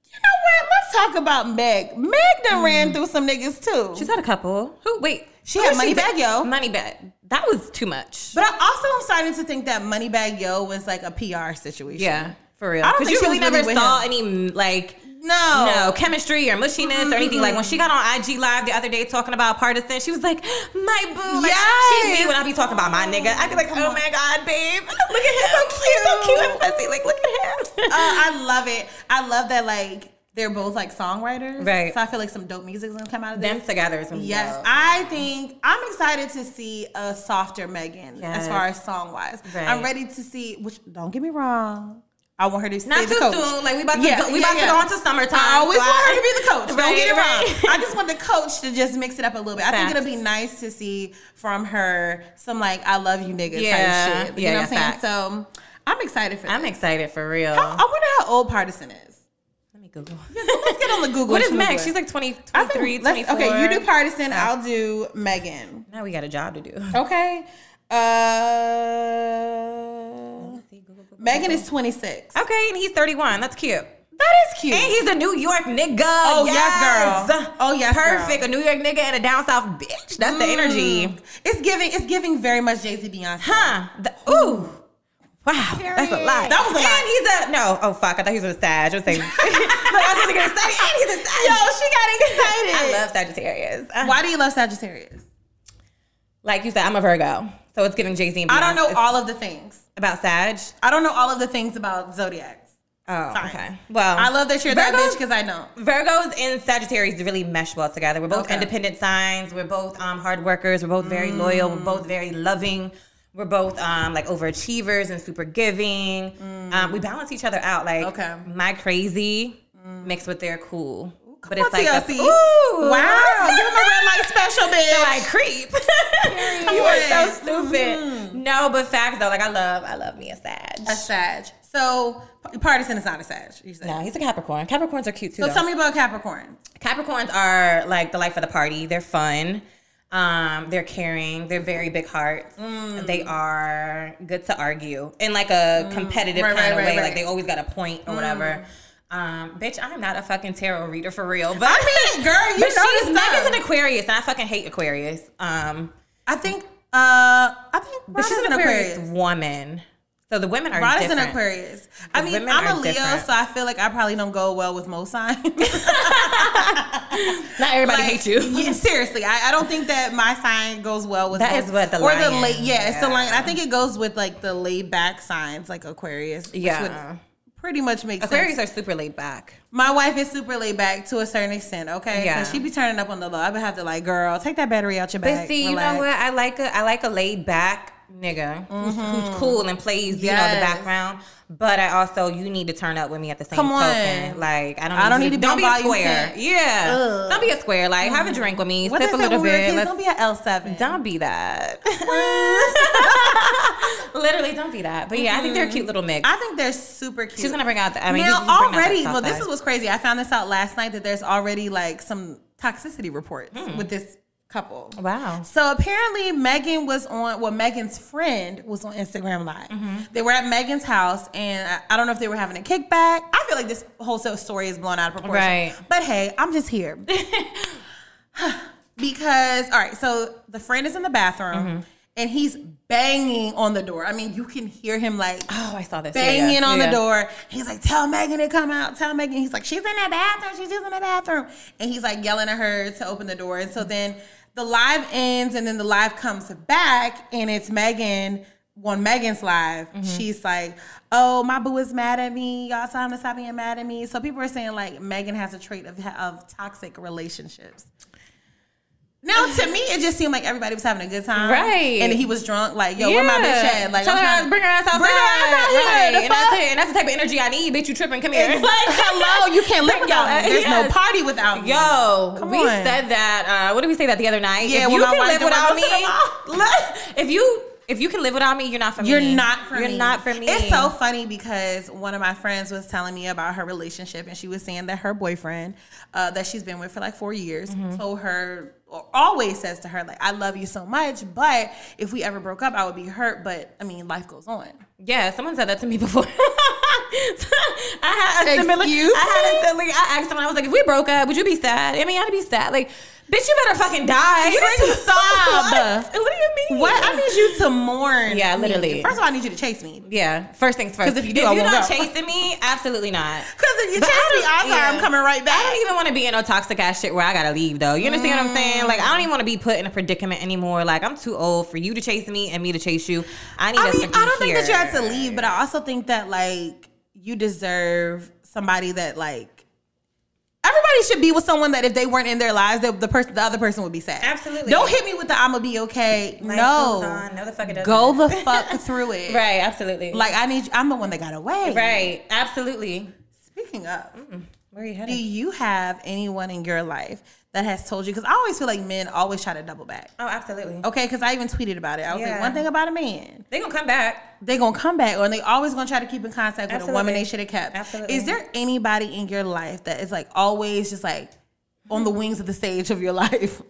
You know what? Let's talk about Meg. Meg done ran through some niggas too. Hmm. She's had a couple. Who? Wait, She who had is Moneybag Yo. Moneybag. That was too much. but I also am starting to think that Moneybag Yo was like a PR situation. yeah, for real. I don't Because think you she really was really never with saw him. any like. No. No chemistry or mushiness or anything. Like when she got on IG Live the other day talking about partisan, she was like, "My boo." Like, She's Yes. me when I be talking about my nigga. I'd be like, "Oh my god, babe, look at him, So He's so cute. cute and pussy. Like, look at him." Uh, I love it. I love that like they're both like songwriters. Right. So I feel like some dope music's gonna come out of this. them together is when we Yes, go. I think I'm excited to see a softer Megan as Yes. far as song wise. Right. I'm ready to see. Which don't get me wrong, I want her to stay Not the too coach. soon. Like we about to Yeah, go, we yeah, about yeah. to go into summertime. I always so want her to be the coach. don't Right, get it right. wrong. I just want the coach to just mix it up a little bit. I think Facts. it'll be nice to see from her some like I love you niggas Yeah, type shit. You yeah, know yeah, what I'm saying? facts. So I'm excited for I'm this. excited for real. How- I wonder how old Partisan is. Let me Google. Let's get on the Google. What is and Google Meg? it. She's like 20, 23, I think, let's- 24. okay, you do Partisan. I'll do Megan. Now we got a job to do. Okay. Uh, Megan is 26. Okay, and he's 31. That's cute. That is cute. And he's a New York nigga. Oh, yes, girl. Oh, yes, girl. Mm. Perfect. A New York nigga and a down south bitch. That's the energy. It's giving. It's giving very much Jay Z Beyonce. Huh. The, ooh. Wow. That's a lot. That was a lot. And he's a no. Oh fuck. I thought he was a Sag. I was saying. no, I was supposed to get excited. And he's a Sag. Yo, she got excited. I love Sagittarius. Uh, Why do you love Sagittarius? Like you said, I'm a Virgo, so it's giving Jay Z. I don't know all of the things. about Sag. I don't know all of the things about zodiacs. Oh, Sorry. okay. Well, I love that you're that Virgos- bitch because I know. Virgos and Sagittarius really mesh well together. We're both Okay. independent signs. We're both um, hard workers. We're both very loyal. We're both very loving. We're both um, like overachievers and super giving. Um, we balance each other out. Like Okay. my crazy mixed with their cool. But Come on, that's- TLC. ooh, Wow, give him a red light special, So bitch. I creep. you are so Yes. stupid. No, but facts though. Like I love, I love me a Sag. a Sag. So partisan is not a Sag. You said. No, he's a Capricorn. Capricorns are cute too. So though. tell me about Capricorn. Capricorns are like the life of the party. They're fun. Um, they're caring. They're very big hearts. Mm. They are good to argue in like a competitive Right, kind right, of right, way. right. Mm. Like they always got a point or whatever. Um, bitch, I'm not a fucking tarot reader for real. But I mean, girl, you but know she's this Meg stuff. is an Aquarius, and I fucking hate Aquarius. Um, I think. Uh, I think. but she's an Aquarius, Aquarius. woman. So the women are Rod is an different. Aquarius. I mean, women I'm are a Leo, different. so I feel like I probably don't go well with most signs. Not everybody Like, hates you. yeah, seriously, I, I don't think that my sign goes well with That most- is what the or the lion- late. Yeah, it's the yeah. lion. I think it goes with like the laid back signs, like Aquarius. which Yeah. would pretty much makes Aquarius sense. are super laid back. My wife is super laid back to a certain extent. Okay, Yeah. so she be turning up on the low. I would have to like, girl, take that battery out your But back. see, you know relax. what? I like a I like a laid back nigga who's, who's cool and plays, you know, the Mm-hmm. Yes. background. But I also you need to turn up with me at the same Come on. token. Like I don't. I don't need to be don't on be a volume square. 10. Yeah, don't be a square. Like have a drink with me, What sip they a say little when we were bit. kids, Let's- don't be an L seven. don't be that. Literally, don't be that. But yeah, I think they're a cute little mix. I think they're super cute. She's gonna bring out. The, I mean, now he's gonna bring out the already, soft well, this side. is what's crazy. I found this out last night that there's already like some toxicity reports with this couple. Hmm. Wow. So apparently, Megan was on. Well, Megan's friend was on Instagram Live. Mm-hmm. They were at Megan's house, and I, I don't know if they were having a kickback. I feel like this wholesale story is blown out of proportion. Right. But hey, I'm just here because all right. So the friend is in the bathroom. Mm-hmm. And he's banging on the door. I mean, you can hear him like Oh, I saw this. Yeah, yeah, banging on yeah. the door. He's like, "Tell Megan to come out. Tell Megan." He's like, "She's in the bathroom. She's using the bathroom." And he's like yelling at her to open the door. And Mm-hmm. so then the live ends, and then the live comes back, and it's Megan. On Megan's live, Mm-hmm. she's like, "Oh, my boo is mad at me. Y'all tell him to stop being mad at me." So people are saying like Megan has a trait of of toxic relationships. Now, to me, it just seemed like everybody was having a good time, Right. And he was drunk, like, "Yo, where my bitch Yeah. at?" Like, Tell I'm her trying to to- bring her ass outside. Bring her ass out here. Right. The and, that's fuck? it. and that's the type of energy I need. Bitch, you tripping? Come here. It's like, hello, you can't live Bring without your me. There's ass. no party without me. Yo, Come we on. said that. Uh, what did we say that the other night? Yeah, if when you my can wife live didn't without want to me, look, if you if you can live without me, you're not for Mm-hmm. You're me. not for you're me. not for me. It's so funny because one of my friends was telling me about her relationship, and she was saying that her boyfriend, uh, that she's been with for like four years, told her or always says to her like, "I love you so much, but if we ever broke up, I would be hurt." But I mean, life goes on. Yeah, someone said that to me before. I had a similar. Excuse I had a similar. I asked someone. I was like, if we broke up, would you be sad? I mean, I'd be sad. Like, bitch, you better fucking die. You need to sob. What? What do you mean? What I need you to mourn. Yeah, me. literally. First of all, I need you to chase me. Yeah, first things first. 'Cause if you do, I you're won't not go. chasing me, absolutely not. Because if you But I chase me, don't- I'm sorry, I'm yeah. coming right back. I don't even want to be in no toxic ass shit where I gotta leave though. You understand what I'm saying? Like I don't even want to be put in a predicament anymore. Like I'm too old for you to chase me and me to chase you. I need. I us mean, to I be don't think that you have to here. leave, but I also think that like you deserve somebody that like everybody should be with someone that if they weren't in their lives, that the person, the other person would be sad. Absolutely. Don't hit me with the "I'ma be okay." Life no, goes on. No, the fuck it doesn't. go the fuck through it. Right. Absolutely. Like I need. I'm the one that got away. Right. Absolutely. Speaking of, Where are you do headed? you have anyone in your life that has told you? Because I always feel like men always try to double back. oh, absolutely. Okay, because I even tweeted about it. I was Yeah. like, one thing about a man. They gonna come back. they gonna come back or they always gonna try to keep in contact with Absolutely. a woman they should have kept. Absolutely. Is there anybody in your life that is like always just like on Hmm. the wings of the stage of your life?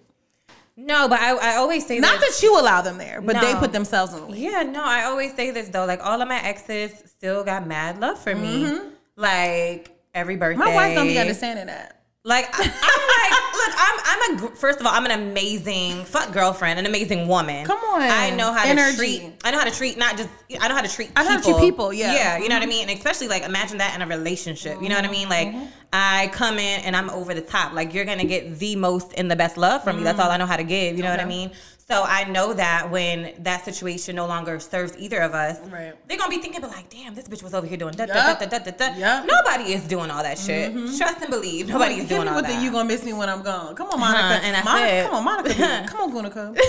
No, but I, I always say Not this. that you allow them there, but they No. put themselves on the wings. Yeah, no, I always say this though. Like all of my exes still got mad love for me. Like every birthday. Mm-hmm. My wife don't be understanding that. Like I- I'm like, look, I'm I'm a gr- first of all, I'm an amazing fuck girlfriend, an amazing woman. Come on. I know how Energy. to treat. I know how to treat not just I know how to treat. I know how to treat people, yeah. yeah. You Mm-hmm. know what I mean. And especially like imagine that in a relationship. You know what I mean. Like I come in and I'm over the top. Like you're gonna get the most and the best love from me. That's Mm-hmm. all I know how to give. You know what I mean. So I know that when that situation no longer serves either of us, Right. they're gonna be thinking, but like, damn, this bitch was over here doing da da Yup. da da da da. Yup. Nobody is doing all that shit. Trust and believe. Nobody is Hit doing me all with that. the you gonna miss me when I'm gone. Come on, Monica. Uh-huh, and that's Monica it. Come on, Monica. come on, Gunica.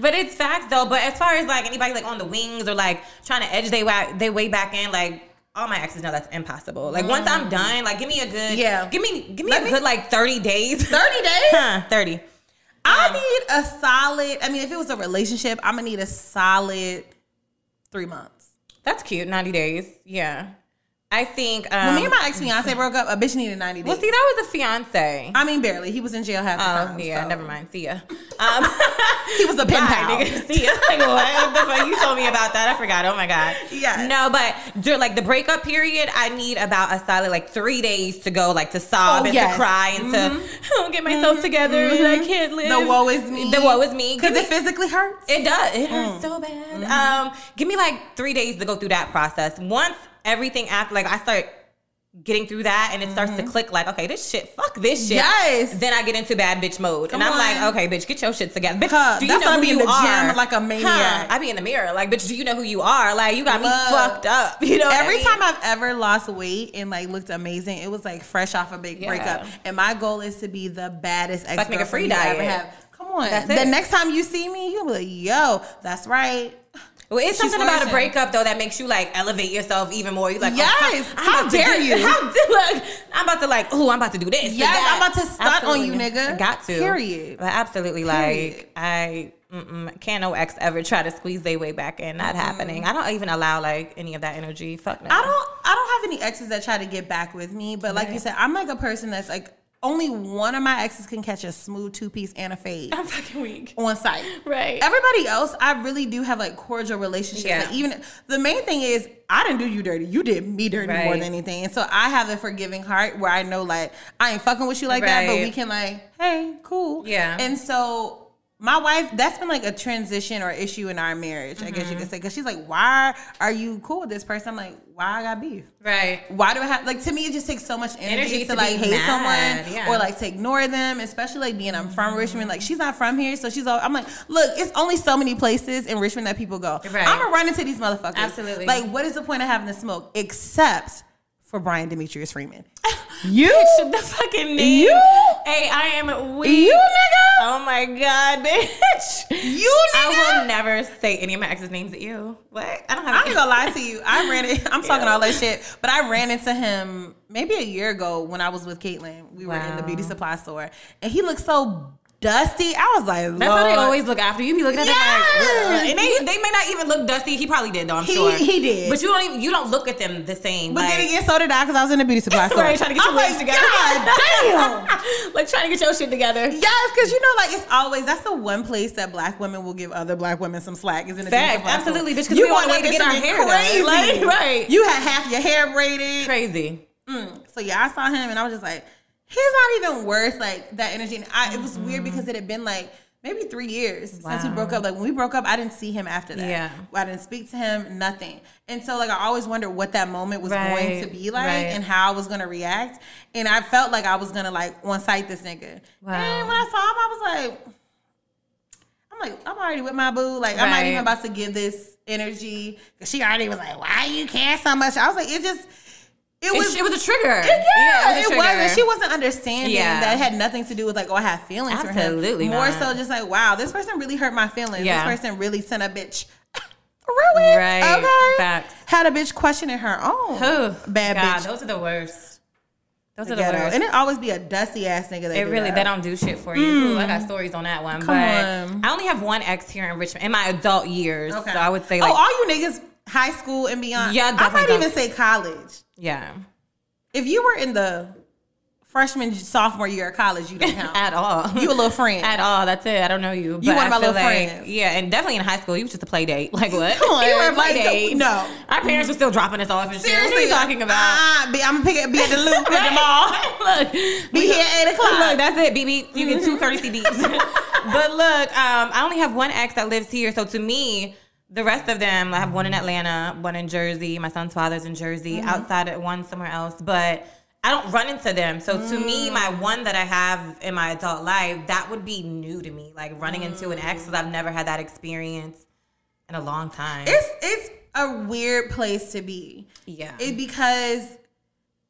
But it's facts though. But as far as like anybody like on the wings or like trying to edge they way they way back in, like all my exes know that's impossible. Like once I'm done, like give me a good Mm. Yeah. Give me give me Let a me- good like thirty days. 30 days? huh, thirty. Um, I need a solid. I mean, if it was a relationship, I'm gonna need a solid three months. That's cute. Ninety days. Yeah. I think. Um, When me and my ex fiance broke up, a bitch needed 90 days. well, see, that was a fiance. I mean, barely. He was in jail half the Um, time. yeah, so. never mind. See ya. Um, He was a pen Bye, pal. nigga. See, I'm like, what the fuck? You told me about that. I forgot. Oh my god. Yes. No, but dur- like the breakup period, I need about a solid like three days to go, like to sob Oh, and yes. Mm-hmm. to cry and to oh, get myself together. and I can't live. The woe is me. The woe is me. Because Give it me- physically hurts. Mm. Mm-hmm. it does. It hurts so bad. Um, give me like three days to go through that process. Once everything after, like I start getting through that and it starts to click like okay this shit fuck this shit Mm-hmm. Yes. then i get into bad bitch mode Come and i'm on. like okay bitch get your shit together bitch Huh, do you that's know why I who be in you the gym are? like a maniac. huh, i be in the mirror like bitch do you know who you are like you got Look. me fucked up you know Every what I mean? time I've ever lost weight and like looked amazing, it was like fresh off a big Yeah. breakup. And my goal is to be the baddest ex Fuck, make a free girlfriend you ever diet. have. Come on. That's the it. next time you see me, you'll be like, yo, that's right. well it's She's something about flourishing. a breakup though that makes you like elevate yourself even more you like oh, fuck, Yes. I'm How about to dare do- you. how do- like, i'm about to like oh i'm about to do this and Yes, that. I'm about to stunt on you, nigga. got to Period. but absolutely Period. like i mm-mm, can't no ex ever try to squeeze their way back in not happening i don't even allow like any of that energy fuck no I don't I don't have any exes that try to get back with me, but like you said, I'm like a person that's like only one of my exes can catch a smooth two piece and a fade i'm fucking weak on site. Right. Everybody else, I really do have like cordial relationships. Yeah. Like even the main thing is I didn't do you dirty. You did me dirty more Right. than anything. And so I have a forgiving heart where I know like I ain't fucking with you like that, but Right. we can like, hey, cool. Yeah. And so my wife, that's been like a transition or issue in our marriage, I guess you Mm-hmm. could say. Cause she's like, why are you cool with this person? I'm like, why I got beef? right why do I have like to me it just takes so much energy, Energy to, to like be hate mad, someone yeah. Mm-hmm. or like to ignore them especially like being I'm from Richmond like she's not from here so she's all I'm like look it's only so many places in Richmond that people go Right. I'm gonna run into these motherfuckers Absolutely. like what is the point of having to smoke except for Brian Demetrius Freeman you Bitch, the fucking name. You? Hey, I am weak. you nigga Oh my god, bitch. you I will nigga never say any of my ex's names at you. What? I don't have I'm not gonna lie to you. I ran it. I'm talking all that shit, but I ran into him maybe a year ago when I was with Caitlin. We were in the beauty supply store, and he looked so dusty. I was like, That's how they Lord. always look after you. Be looking at them Yes. like, "Ugh." and they, they may not even look dusty. He probably did though. I'm He- sure he did. But you don't even you don't look at them the same. But like, then again, so did I because I was in the beauty supply store. Right, trying to get I'm your legs like, together. God damn. like trying to get your shit together. Yes, because you know, like it's always that's the one place that black women will give other black women some slack is in the Fact, beauty supply store. absolutely, bitch, 'cause You we went on the way up to there get our some hair done. crazy. Like, right. You had half your hair braided. Crazy. So yeah, I saw him and I was just like, he's not even worth like that energy. And I, it was weird because it had been like maybe three years since we Mm-hmm. Wow. broke up. Like when we broke up, I didn't see him after that. Yeah. I didn't speak to him, nothing. And so like I always wondered what that moment was going Right, to be like right. and how I was gonna react. And I felt like I was gonna like on site this nigga. Wow. And when I saw him, I was like, I'm like, I'm already with my boo. Like, I'm not Right. even about to give this energy. 'Cause She already was like, why you care so much? I was like, it just, it It, was, it was a trigger. yeah, it was. a and trigger. she wasn't understanding Yeah. that it had nothing to do with like, oh, I have feelings Absolutely for him. More not. so, just like, wow, this person really hurt my feelings. Yeah. This person really sent a bitch through it. Right. Okay. Facts. Had a bitch questioning her own Who? bad Oh, God, bitch. Those are the worst. Those are the ghetto. worst. And it always be a dusty ass nigga. That It do really, that. they don't do shit for you. Ooh, I got stories on that one. Mm. Come but on. I only have one ex here in Richmond in my adult years. Okay. So I would say, like, oh, all you niggas, high school and beyond. Yeah, I might definitely even say college. yeah. If you were in the freshman, sophomore year of college, you didn't count at all. You a little friend. at all. That's it. I don't know you. But one of I my feel little like- friends. Yeah, and definitely in high school, you was just a play date. Like what? Come on, you were a like, play date. no. our parents were still dropping us off. And shit. what are you talking about? Uh, be, I'm gonna pick it, be at the loop at the mall. look, we here at 8 o'clock. Look, that's it, BB. You get two courtesy beats. but look, um, I only have one ex that lives here, so to me. The rest of them, I have one in Atlanta, one in Jersey. My son's father's in Jersey. Outside at one somewhere else, but I don't run into them. So to me, my one that I have in my adult life, that would be new to me. Like running into an ex, because I've never had that experience in a long time. It's it's a weird place to be. yeah, It because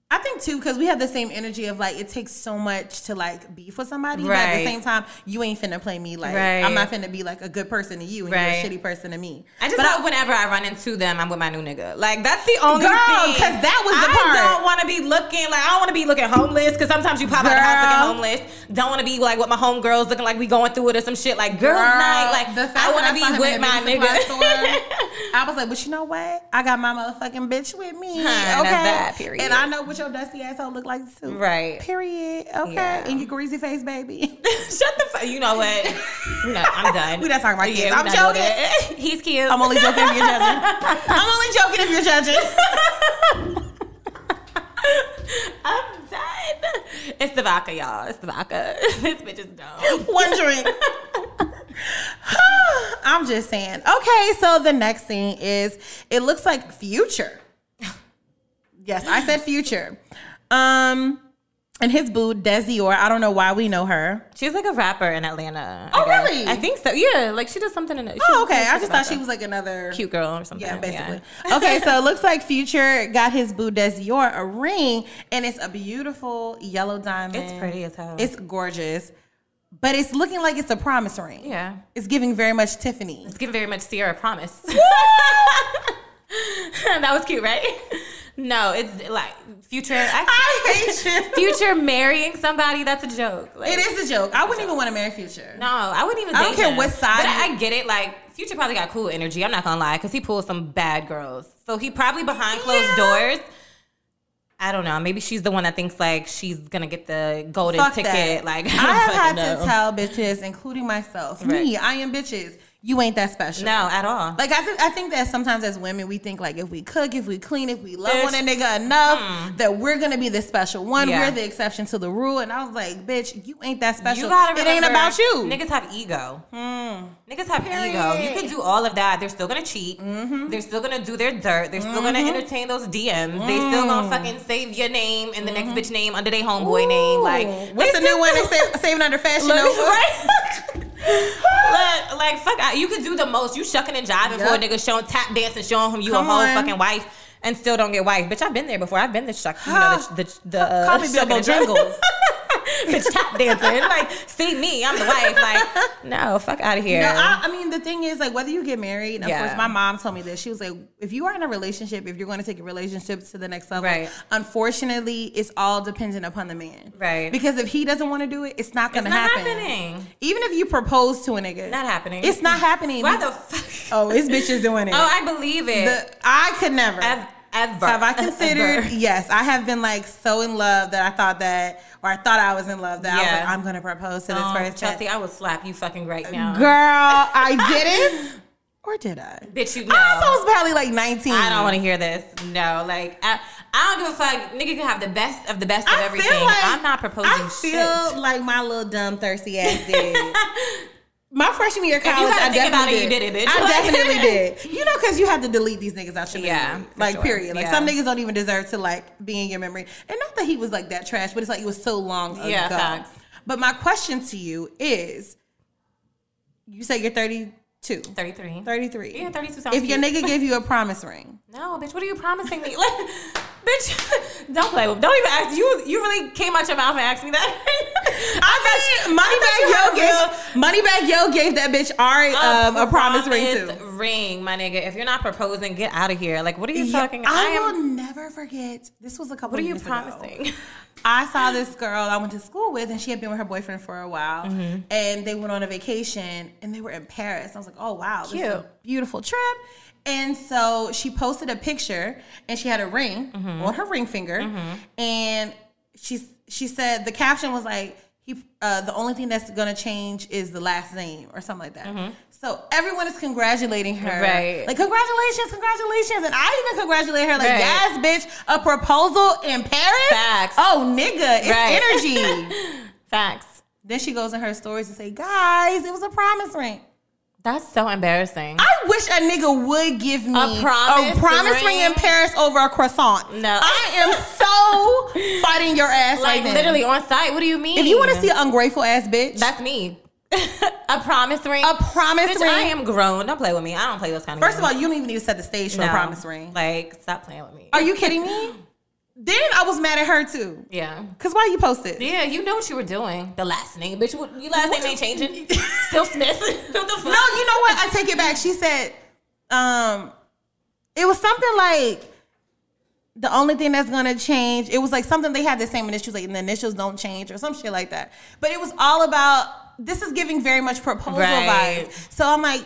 I think too because we have the same energy of like it takes so much to like be for somebody, but at the Right. same time you ain't finna play me like Right. I'm not finna be like a good person to you and Right. you're a shitty person to me. I just but hope whenever I run into them, I'm with my new nigga. Like that's the only Girl, thing. 'cause that was the I part. don't want to be looking like I don't want to be looking homeless. Because sometimes you pop out the Girl. house looking homeless. Don't want to be like with my homegirls looking like we going through it or some shit. Like girls night. Like I want to saw him be with in the my Mexican nigga. store, I was like, but you know what? I got my motherfucking bitch with me. Huh, okay. that's that, period. And I know what your dusty asshole look like too. Right. Period. Okay. Yeah. And your greasy face, baby. Shut the fuck. You know what? No, I'm done. We not talking about kids. Yeah, we I'm not doing joking. that. He's cute. I'm only joking if you're judging. I'm only joking if you're judging. I'm done. It's the vodka, y'all. It's the vodka. this bitch is dumb. One drink. I'm just saying. Okay, so the next thing is it looks like future. Yes, I said future. Um, and his boo, Desior. I don't know why we know her. She's like a rapper in Atlanta. Oh, guess. really? I think so. Yeah, like she does something in it. Oh, okay. I just thought she was like another cute girl or something. Yeah, basically. okay, so it looks like Future got his boo Desior a ring, and it's a beautiful yellow diamond. It's pretty as hell. It's gorgeous, but it's looking like it's a promise ring. yeah. It's giving very much Tiffany. It's giving very much Sierra promise. that was cute, right? No, it's like future I hate you. future marrying somebody. That's a joke. Like, It is a joke. I wouldn't even want to marry Future. No, I wouldn't even. I don't date care him. what side But I, you- I get it. Like Future probably got cool energy. I'm not gonna lie, because he pulls some bad girls. So he probably behind closed Yeah. doors. I don't know. Maybe she's the one that thinks like she's gonna get the golden Fuck ticket. that. Like I have fucking had know. to tell bitches, including myself, me, Right. I am bitches. You ain't that special. No, at all. Like I think I think that sometimes as women we think like if we cook, if we clean, if we love Bitch. one a nigga enough that we're gonna be the special one. Hmm. Yeah. We're the exception to the rule. And I was like, bitch, you ain't that special. You gotta it ain't remember, about you. Hmm. Niggas have ego. Niggas have ego. You can do all of that. They're still gonna cheat. Mm-hmm. They're still gonna do their dirt. They're still gonna entertain those DMs. They still Mm. gonna fucking save your name and the next bitch name under their homeboy name. Like Mm-hmm. what's the it's new just- one they sa- saving under fashion? Look, over? right? Look, like fuck. I- You can do the most. You shucking and jiving for a Yep. nigga, showing tap dancing, showing him you Come a whole on. fucking wife, and still don't get wife. Bitch, I've been there before. I've been the shuck. You know, the the, the uh, Call me shucking Bilbo and jiving. Jingles. bitch tap dancing. Like, see me, I'm the wife. Like, no, fuck out of here. No, I, I mean the thing is like whether you get married. Of Yeah. course, my mom told me this. She was like, if you are in a relationship, if you're going to take a relationship to the next level, Right. unfortunately, it's all dependent upon the man. Right. Because if he doesn't want to do it, it's not going to not happen. happening. Even if you propose to a nigga, Not happening. It's not happening. Why the fuck? oh, this bitch is doing it. Oh, I believe it. The- I could never. Ev- ever Have I Ever. considered? Yes, I have been like so in love that I thought that, or I thought I was in love that I was Yeah. like, I'm gonna propose to this Um, person. Chelsea, I will slap you fucking right now, Girl, I didn't. Or did I? Bitch, you know. I also was probably like 19. I don't want to hear this. No, like I, I don't give a fuck. Nigga can have the best of the best of I everything. feel like I'm not proposing I feel shit. like my little dumb thirsty ass did. My freshman year of you college, gotta I think definitely about it, you did. did it, bitch. I Like- definitely did. You know, because you have to delete these niggas out your memory. Yeah, for like sure. period. Like Yeah. some niggas don't even deserve to like be in your memory. And not that he was like that trash, but it's like it was so long ago. Yeah, facts. But my question to you is, you say you're 32, 33. 33. Yeah, 32 sounds If your cute. nigga gave you a promise ring, No, bitch, what are you promising me? Like, bitch, don't play with. Don't even ask. You you really came out your mouth and asked me that. I mean, you had a Moneybag Yo gave Moneybag Yo gave that bitch Ari um, a promise ring promise too. Ring, my nigga. If you're not proposing, get out of here. Like, what are you Yeah, talking? I, will never forget. This was a couple. What are you years ago. promising? I saw this girl I went to school with, and she had been with her boyfriend for a while, Mm-hmm. and they went on a vacation, and they were in Paris. I was like, oh wow, this is a Cute. beautiful trip. And Mm-hmm. so she posted a picture, and she had a ring on her ring finger, and she she said the caption was like he uh, the only thing that's gonna change is the last name or something like that. So everyone is congratulating her, Mm-hmm. Right. Like congratulations, congratulations, and I even congratulate her, like Right. yes, bitch, a proposal in Paris. Facts. Oh nigga, it's Right. energy. Facts. then she goes in her stories and say, guys, it was a promise ring. That's so embarrassing. I wish a nigga would give me A promise a promise ring. ring? in Paris over a croissant. No. I am so fighting your ass right like now. literally on site. What do you mean? If you want to see an ungrateful ass bitch, that's me. a promise ring. a promise Bitch, ring. I am grown. Don't play with me. I don't play those kind of. First of all, games. you don't even need to set the stage for a No. promise ring. Like, stop playing with me. Are you kidding me? then I was mad at her too. yeah. Cause why you posted? Yeah, you know what you were doing. The last name, bitch. What, your last name ain't changing. Still Smith. what the fuck? No, you know what? I take it back. She said, um, it was something like the only thing that's gonna change. It was like something they had the same initials, like and the initials don't change or some shit like that. But it was all about this is giving very much proposal Right. vibes. So I'm like.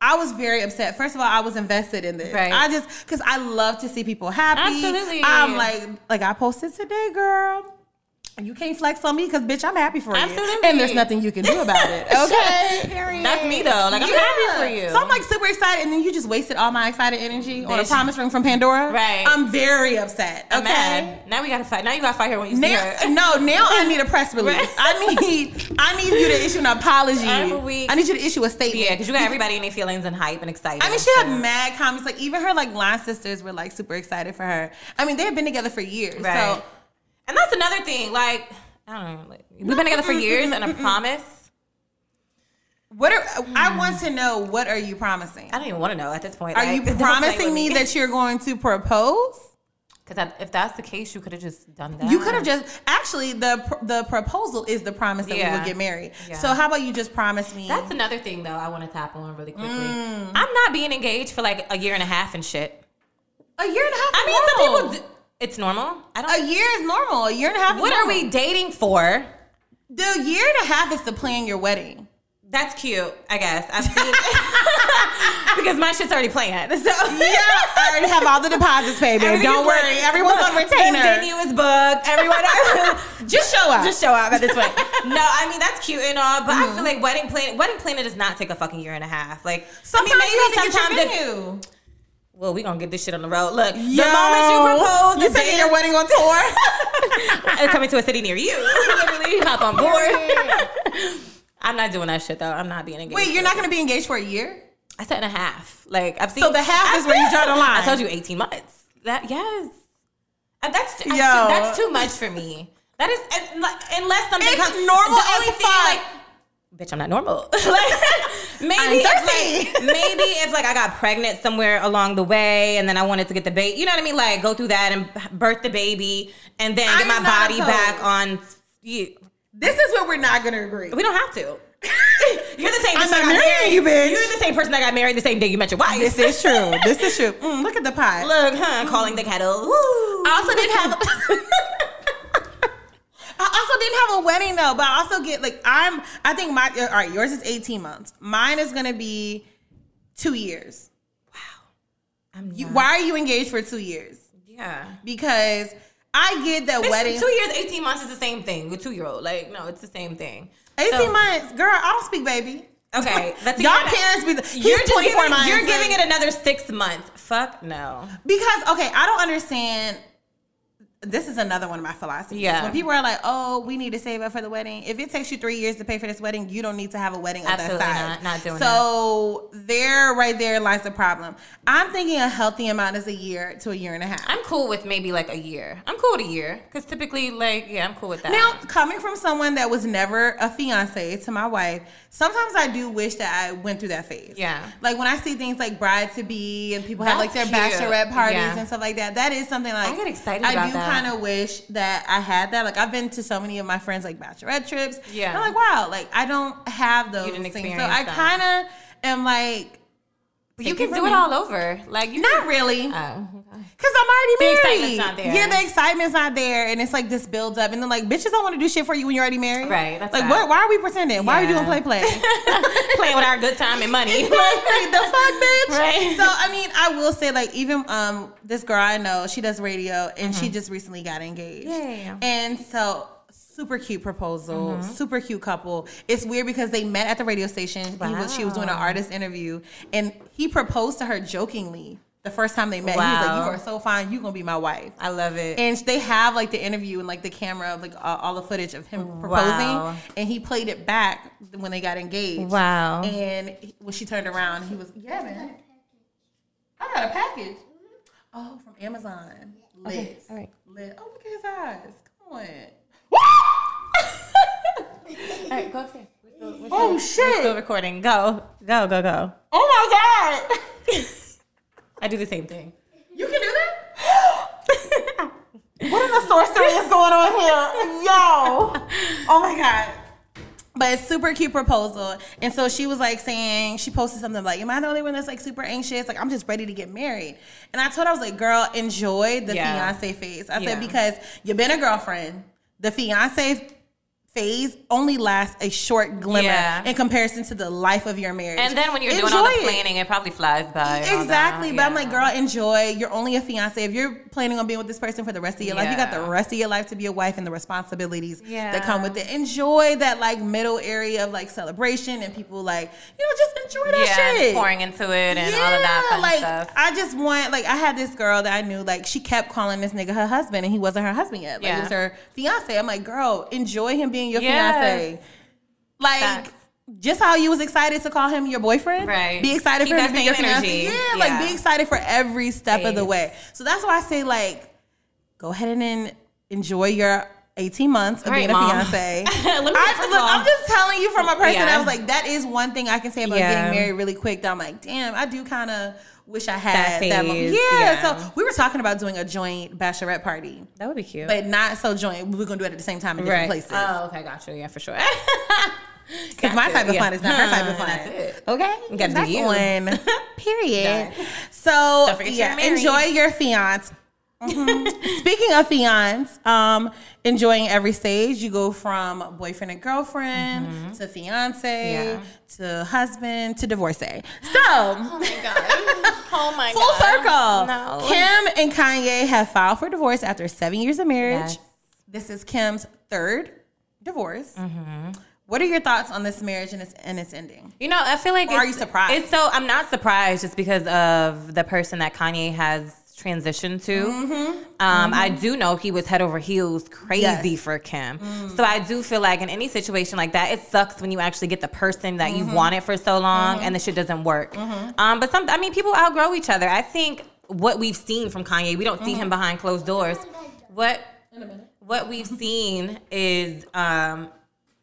I was very upset. First of all, I was invested in this. Right. I just because I love to see people happy. Absolutely. I'm like, like I posted today, girl. You can't flex on me because bitch, I'm happy for you. Absolutely. And there's nothing you can do about it. Okay. Period. That's me though. Like I'm happy for you. So I'm like super excited, and then you just wasted all my excited energy on a Bitch. promise ring from Pandora. Right. I'm very upset. Okay. I'm mad. Now we gotta fight. Now you gotta fight her when you see Now, her. no, now I need a press release. Right. I need, I need you to issue an apology. I'm a weak- I need you to issue a statement. Yeah, because you got everybody in their feelings and hype and excited. I mean, she So- had mad comments. Like even her like line sisters were like super excited for her. I mean, they had been together for years. Right. So and that's another thing. Like I don't know. Like, we've been together for years, and a promise. what are I want to know? What are you promising? Mm. I don't even want to know at this point. Are you promising me that you're going to propose? Because if that's the case, you could have just done that. You could have just actually the pr- the proposal is the promise that we Yeah. would get married. Yeah. So how about you just promise me? That's another thing though. I want to tap on really quickly. Mm. I'm not being engaged for like a year and a half and shit. a year and a half. I is mean, normal. some people. Do, it's normal. I don't. A year is normal. A year and a half. is what are normal. we dating for? The year and a half is to plan your wedding. That's cute, I guess. I've seen because my shit's already planned. So Yeah, I already have all the deposits paid. babe. Don't worry, everyone's on The venue retainer. is booked. Everyone, Just show up. just show up at this point. No, I mean that's cute and all, but I feel Mm-hmm. like wedding plan wedding planning does not take a fucking year and a half. Like Sometimes I mean, maybe you have to sometimes get if- your venue. well, we gonna get this shit on the road. Look, Yo, the moment you propose, the you taking day- your wedding on tour? and coming to a city near you. Literally, hop on board. I'm not doing that shit though. I'm not being engaged. Wait, you're not going to be engaged for a year? I said and a half. Like I've seen. So the half is where you draw the line. I told you 18 months. That yes. And that's I- Yo. that's too much for me. That is and, like, unless something It's comes normal The only as thing fuck. like. Bitch, I'm not normal. like, maybe I'm if, like, maybe if like I got pregnant somewhere along the way, and then I wanted to get the baby. You know what I mean? Like go through that and birth the baby, and then I'm get my not body opposed. back on. You. This is where we're not going to agree. We don't have to. You're the same. I'm not person that got marrying married. you, bitch. You're the same person that got married the same day you met your wife. This is true. This is true. Mm, look at the pie. Look, huh? Calling the kettle. Woo. I also didn't have. I also didn't have a wedding though, but I also get like I'm. I think my all right. Yours is eighteen months. Mine is gonna be two years. I'm You, not- Why are you engaged for two years? Yeah. Because I get that Bitch, wedding. Two years, eighteen months is the same thing. With two year old, like no, it's the same thing. eighteen So- months, girl. I don't speak baby. Okay, that's Y'all parents be. the- He's You're just twenty four giving, months. you're giving it another six months. Fuck no. Because okay, I don't understand. This is another one of my philosophies. Yeah. When people are like, "Oh, we need to save up for the wedding," if it takes you three years to pay for this wedding, you don't need to have a wedding of Absolutely that size. not. Not doing so there, right there lies the problem. I'm thinking a healthy amount is a year to a year and a half. I'm cool with maybe like a year. I'm cool with a year because typically, like, yeah, I'm cool with that. now, coming from someone that was never a fiance to my wife, sometimes I do wish that I went through that phase. Yeah. Like when I see things like bride to be and people have like That's their cute. bachelorette parties Yeah. and stuff like that, that is something like I get excited I about do that. kind of wish that I had that. Like I've been to so many of my friends like bachelorette trips. Yeah. And I'm like, wow, like I don't have those didn't things. So experience I them. kind of am like, But you take it can from do it me. all over. Like, you Not really. Can, oh, okay. Because I'm already The married. excitement's not there. Yeah, the excitement's not there. And it's like this builds up. And then, like, bitches don't want to do shit for you when you're already married. Right, that's like, right. what, why are we pretending? Why are we Yeah. doing play play? playing with our good time and money. like, the fuck, bitch. Right. So I mean, I will say, like, even um, this girl I know, she does radio, and Mm-hmm. she just recently got engaged. Yay. And so. Super cute proposal, Mm-hmm. super cute couple. It's weird because they met at the radio station. He was, she was doing an artist interview, and he proposed to her jokingly the first time they met. He was like, Wow. "You are so fine. You gonna be my wife." I love it. And they have like the interview and like the camera of like uh, all the footage of him proposing, Wow. and he played it back when they got engaged. Wow. Uh-huh. And he- when she turned around, he was, "Yeah, man, I got a package. Oh, from Amazon. Lit, all right. lit. Oh, look at his eyes. Come on." all right, go upstairs. Oh shit! Still recording. Go, go, go, go. Oh my god! I do the same thing. You can do that? what in the sorcery is going on here? Yo. Oh my God. But it's super cute proposal. And so she was like saying, she posted something like, Am I the only one that's like super anxious? Like, I'm just ready to get married. And I told her, I was like, Girl, enjoy the Yeah. fiance phase. I Yeah. said, Because you've been a girlfriend, the fiance phase only lasts a short glimmer Yeah. in comparison to the life of your marriage. And then when you're doing all the Enjoy it. planning, it, probably flies by. and all that. Exactly. But I'm Yeah. like, girl, enjoy. You're only a fiance. If you're planning on being with this person for the rest of your life, you got Yeah. the rest of your life to be a wife and the responsibilities Yeah. that come with it. Enjoy that like middle area of like celebration and people like, you know, just enjoy that yeah, shit. pouring into it and all of that fun like stuff. I just want like I had this girl that I knew like she kept calling this nigga her husband and he wasn't her husband yet. Like it Yeah. was her fiance. I'm like, girl, enjoy him being your Yes. fiance. Like Facts. just how you was excited to call him your boyfriend. Right. Be excited Keep for him that to be same your fiance. energy. Yeah, Yeah. like be excited for every step of the Please. way. So that's why I say like go ahead and en- enjoy your 18 months of All right, being a Mom. fiance. Let me- I, first look, of all- I'm just telling you from a person that Yeah. was like, that is one thing I can say about Yeah. getting married really quick that I'm like, damn, I do kind of wish I had that, That long. Yeah, phase, yeah. So we were talking about doing a joint bachelorette party, that would be cute. but not so joint. We're going to do it at the same time in different places. Oh, okay, got you. Yeah, for sure. Because my type of fun is not her type of fun. That's it. Okay? You gotta do That's you. one. Period. Done. So, Don't forget yeah, you're married. Mm-hmm. enjoy your fiance. Mhm. Speaking of fiance, um, enjoying every stage, you go from boyfriend and girlfriend to fiance Mm-hmm. Yeah. to husband to divorcee. So, Oh my full circle. No. Kim and Kanye have filed for divorce after seven years of marriage. Yes. This is Kim's third divorce. Mm-hmm. What are your thoughts on this marriage and its and its ending? You know, I feel like Or are you surprised? It's so I'm not surprised just because of the person that Kanye has transitioned to. Um, I do know he was head over heels crazy Mm-hmm. Yes. Mm. for Kim. So I do feel like in any situation like that, it sucks when you actually get the person that Mm-hmm. you've wanted for so long and the shit doesn't work. Um, but some, I mean, people outgrow each other. I think what we've seen from Kanye, we don't see Mm-hmm. him behind closed doors. What? What we've seen is um,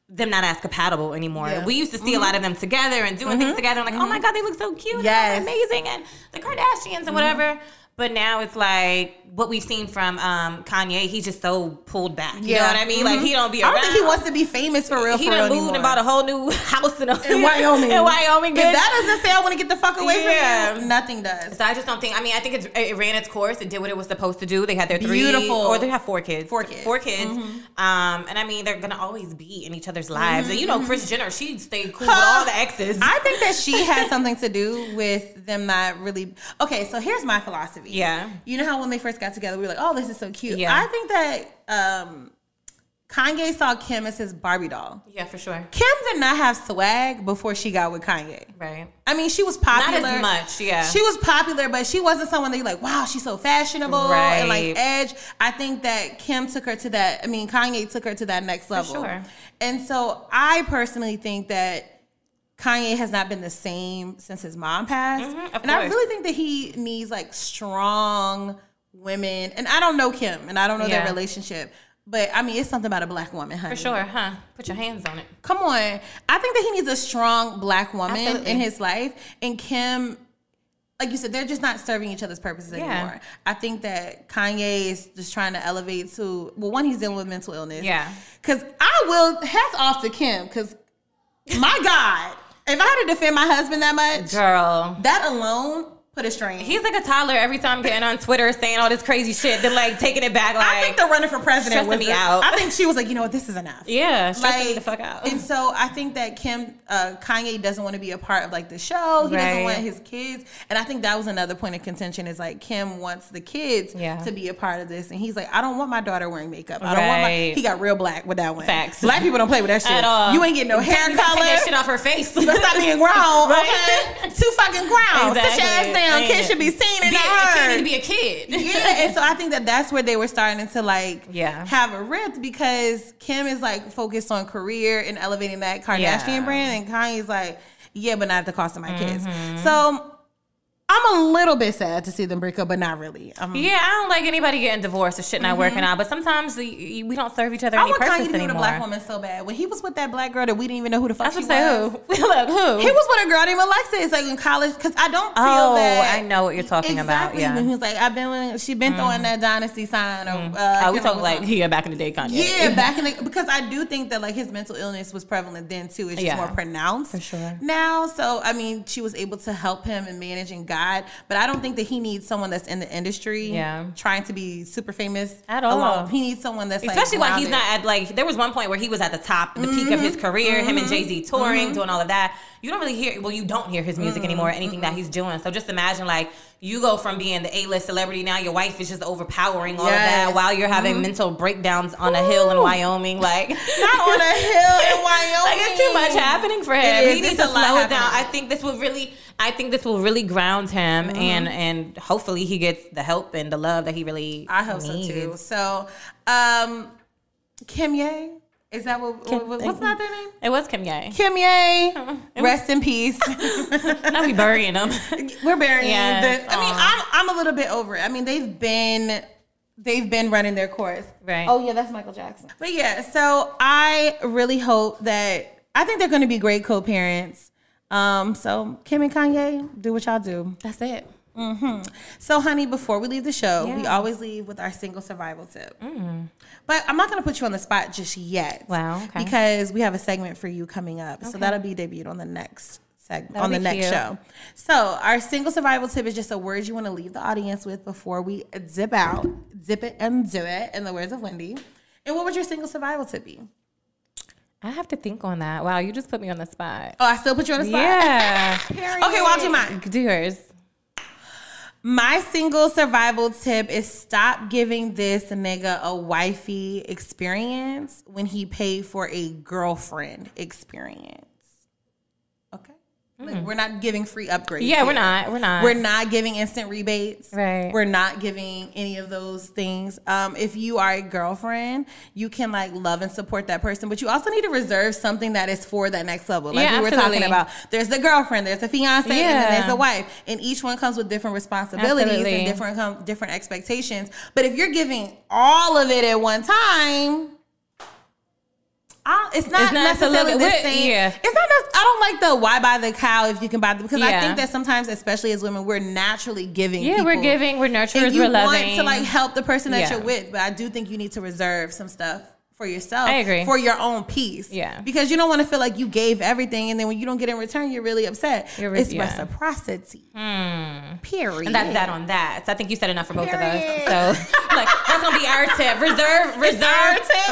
them not as compatible anymore. Yeah. Mm-hmm. We used to see a lot of them together and doing things together. and like, oh my god, they look so cute, Yes. Mm-hmm. and amazing, and the Kardashians and whatever. But now it's like what we've seen from um, Kanye. He's just so pulled back. You know Yeah. Mm-hmm. what I mean? Like he don't be I around. don't think he wants to be famous for real. He for done real anymore. moved and bought a whole new house in, in Wyoming. In Wyoming, If bitch. that doesn't say I want to get the fuck away Yeah. from him, nothing does. So I just don't think. I mean, I think it's, it ran its course. It did what it was supposed to do. They had their three, Beautiful. or they have four kids, Four kids. Mm-hmm. four kids. Um, and I mean, they're gonna always be in each other's lives. And you know, Chris Jenner, she stayed cool with Mm-hmm. Huh? all the exes. I think that she had something to do with them not really. Okay, so here's my philosophy. Yeah. You know how when they first got together, we were like, oh, this is so cute. Yeah. I think that um, Kanye saw Kim as his Barbie doll. yeah, for sure. Kim did not have swag before she got with Kanye. Right. I mean, she was popular. Not as much, yeah. She was popular, but she wasn't someone that you like, wow, she's so fashionable and like Right. edge. I think that Kim took her to that, I mean, Kanye took her to that next level. sure. And so I personally think that Kanye has not been the same since his mom passed. Mhm, of and I course. really think that he needs like strong women. And I don't know Kim and I don't know their Yeah. relationship. But I mean, it's something about a black woman, honey. For sure, huh? Put your hands on it. Come on. I think that he needs a strong black woman Absolutely. in his life. And Kim, like you said, they're just not serving each other's purposes anymore. I think that Kanye is just trying to elevate to, well, one, he's dealing with mental illness. Yeah. Because I will, hats off to Kim, because my God, if I had to defend my husband that much, Girl. that alone put a string. He's like a toddler every time getting on Twitter saying all this crazy shit, then like taking it back. Like, I think the running for president stressing was me out. I think she was like, you know what, this is enough. yeah, stressing me Like, the fuck out. And so I think that Kim uh, Kanye doesn't want to be a part of like the show. He doesn't Right. want his kids. And I think that was another point of contention is like Kim wants the kids Yeah. to be a part of this, and he's like, I don't want my daughter wearing makeup. I don't want my. Right. He got real black with that one. Facts. Black people don't play with that shit At all. You ain't getting no hair Take color. that shit off her face. You better stop being grown, Right. okay? Too fucking grown. Sit your Exactly. ass down. Kids Damn. should be seen and Be- not a kid heard need to be a kid. yeah, and so I think that that's where they were starting to like Yeah. have a rift because Kim is like focused on career and elevating that Kardashian Yeah. brand, and Kanye's like, yeah, but not at the cost of my kids. Mm-hmm. So I'm a little bit sad to see them break up, but not really. Um, I'm, Yeah, I don't like anybody getting divorced or shit not working out. But sometimes y- y- we don't serve each other Mm-hmm. I any want Kanye purpose to be with a anymore. black woman so bad. When he was with that black girl that we didn't even know who the fuck I was she gonna say was. who? Look who? He was with a girl named Alexis, like in college, because I don't feel Oh, that. I know what you're talking about, exactly. yeah. Mm-hmm. When he was like, I've been, with- she been throwing that dynasty sign. Or, uh, Oh, we Kim talking was like yeah, back in the day, Kanye. Yeah, back in the because I do think that like his mental illness was prevalent then too. It's just Yeah. more pronounced For sure. now. So I mean, she was able to help him in managing God, but I don't think that he needs someone that's in the industry, Yeah. trying to be super famous At all. alone. He needs someone that's Especially like, while he's not grounded. at like there was one point where he was at the top, the peak of Mm-hmm. his career, him and Jay Z touring, doing all of that. You don't really hear well, you don't hear his Mm-hmm. music anymore, anything that he's doing. So just imagine like you go from being the A list celebrity now, your wife is just overpowering all of Yes. Mm-hmm. that while you're having mental breakdowns on a hill in Wyoming. Like not on a hill in Wyoming. like it's too much happening for him. It is. He It's needs to a lot slow it down. I happening. think this will really, I think this will really ground him, Mm-hmm. and and hopefully he gets the help and the love that he really. I hope so too. So, um, Kim Ye, is that what, what what's not their name? It was Kim Ye. Kim Ye, rest in peace. now we burying him. We're burying Yes. the. I mean, I'm I'm a little bit over it. I mean, they've been they've been running their course. Right. Oh yeah, that's Michael Jackson. But yeah, so I really hope that I think they're going to be great co-parents. Um, so Kim and Kanye, do what y'all do. Mm-hmm. That's it. So, honey, before we leave the show, we always leave with our single survival tip. But I'm not going to put you on the spot just yet. Mm. Wow, okay. Because we have a segment for you coming up. So that'll be debuted on the next segment, on the be next cute. show. So, our single survival tip is just a word you want to leave the audience with before we zip out, zip it and do it, in the words of Wendy. And what would your single survival tip be? I have to think on that. Wow, you just put me on the spot. Oh, I still put you on the spot? Yeah. Okay, well, I'll do mine. Do yours. My single survival tip is stop giving this nigga a wifey experience when he paid for a girlfriend experience. Okay? Like, we're not giving free upgrades. Mm-hmm. Yeah, we're here. not. We're not. We're not giving instant rebates. Right. We're not giving any of those things. Um, if you are a girlfriend, you can like love and support that person, but you also need to reserve something that is for that next level. Like Yeah, we were absolutely. talking about. There's the girlfriend, there's the fiance, and then Yeah. there's the wife. And each one comes with different responsibilities Absolutely. and different com- different expectations. But if you're giving all of it at one time, I don't, it's not It's not- it's a little necessarily bit- the we're- same. yeah. It's not. nec- I don't like the why buy the cow if you can buy the because I Yeah. think that sometimes, especially as women, we're naturally giving. Yeah, we're people. giving, we're nurturers, And you we're want loving. to like help the person that Yeah. you're with, but I do think you need to reserve some stuff for yourself. I agree. For your own peace. Yeah. Because you don't want to feel like you gave everything, and then when you don't get in return, you're really upset. You're re- it's yeah. Mm. reciprocity. Period. And that's that on that. So I think you said enough for both of us. So like that's gonna be our tip. Reserve, reserve,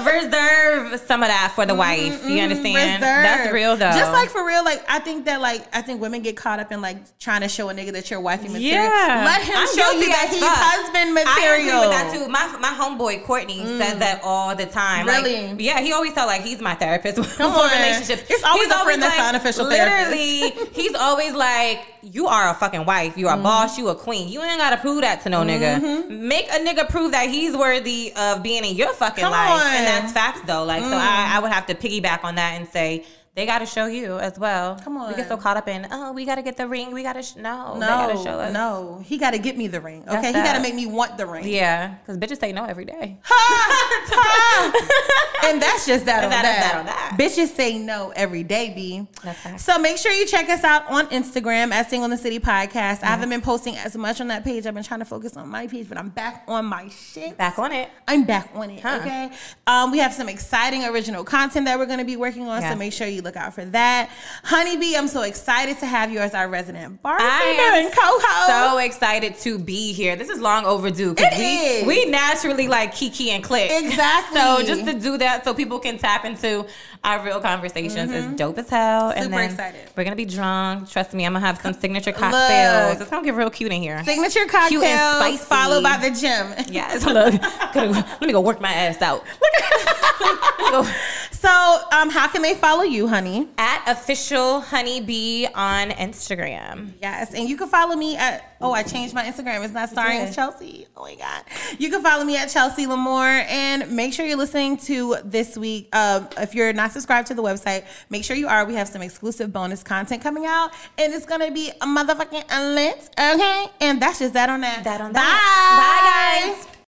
reserve some of that for the wife. You understand? That's reserved. real though. Mm-hmm, Just like for real, like I think that like I think women get caught up in like trying to show a nigga that you're wifey material. Yeah. Let him I'm show you guilty that as he's fuck. husband material. Mm. I agree with that too. My my homeboy Courtney says that all the time. Like, Really? yeah, he always tell like he's my therapist for on. relationships. It's always He's a friend that's the unofficial therapist. Literally, he's always like, you are a fucking wife. You are Mm-hmm. a boss. You a queen. You ain't gotta prove that to no nigga. Make a nigga prove that he's worthy of being in your fucking Come life, on. Mm. and that's facts though. Like, so I, I would have to piggyback on that and say. They got to show you as well. Come on. We get so caught up in, oh, we got to get the ring. We got to, sh- no, they got to show no, us. no, he got to get me the ring. Okay, That's he got to that. make me want the ring. Yeah, because bitches say no every day. Ha! Ha! and that's just that, And on, that is that. that on that. Bitches say no every day, B. That's facts. So make sure you check us out on Instagram at Single in the City Podcast. I haven't been posting as much on that page. I've been trying to focus on my page, but I'm back on my shit. Back on it. I'm back on it. Huh. Okay. Um, we have some exciting original content that we're going to be working on. So Yes. make sure you look out for that. Honeybee, I'm so excited to have you as our resident bartender I am and co-host. so excited to be here. This is long overdue. 'cause It we, is. we naturally like kiki and click. Exactly. So just to do that so people can tap into our real conversations is dope as hell. and Mm-hmm. Super then excited. We're gonna be drunk. Trust me, I'm gonna have some signature cocktails. Look. It's gonna get real cute in here. signature cocktails spicy. followed by the gym. Yes, look. Gotta, let me go work my ass out. Look. So, um, how can they follow you, honey? At official honeybee on Instagram. Yes, and you can follow me at oh I changed my Instagram. It's not starring with Chelsea. Oh my god, you can follow me at Chelsea Lamore, and make sure you're listening to this week. Um, if you're not subscribed to the website, make sure you are. We have some exclusive bonus content coming out, and it's gonna be a motherfucking unlit. Okay, and that's just that on that. That on that. Bye, guys.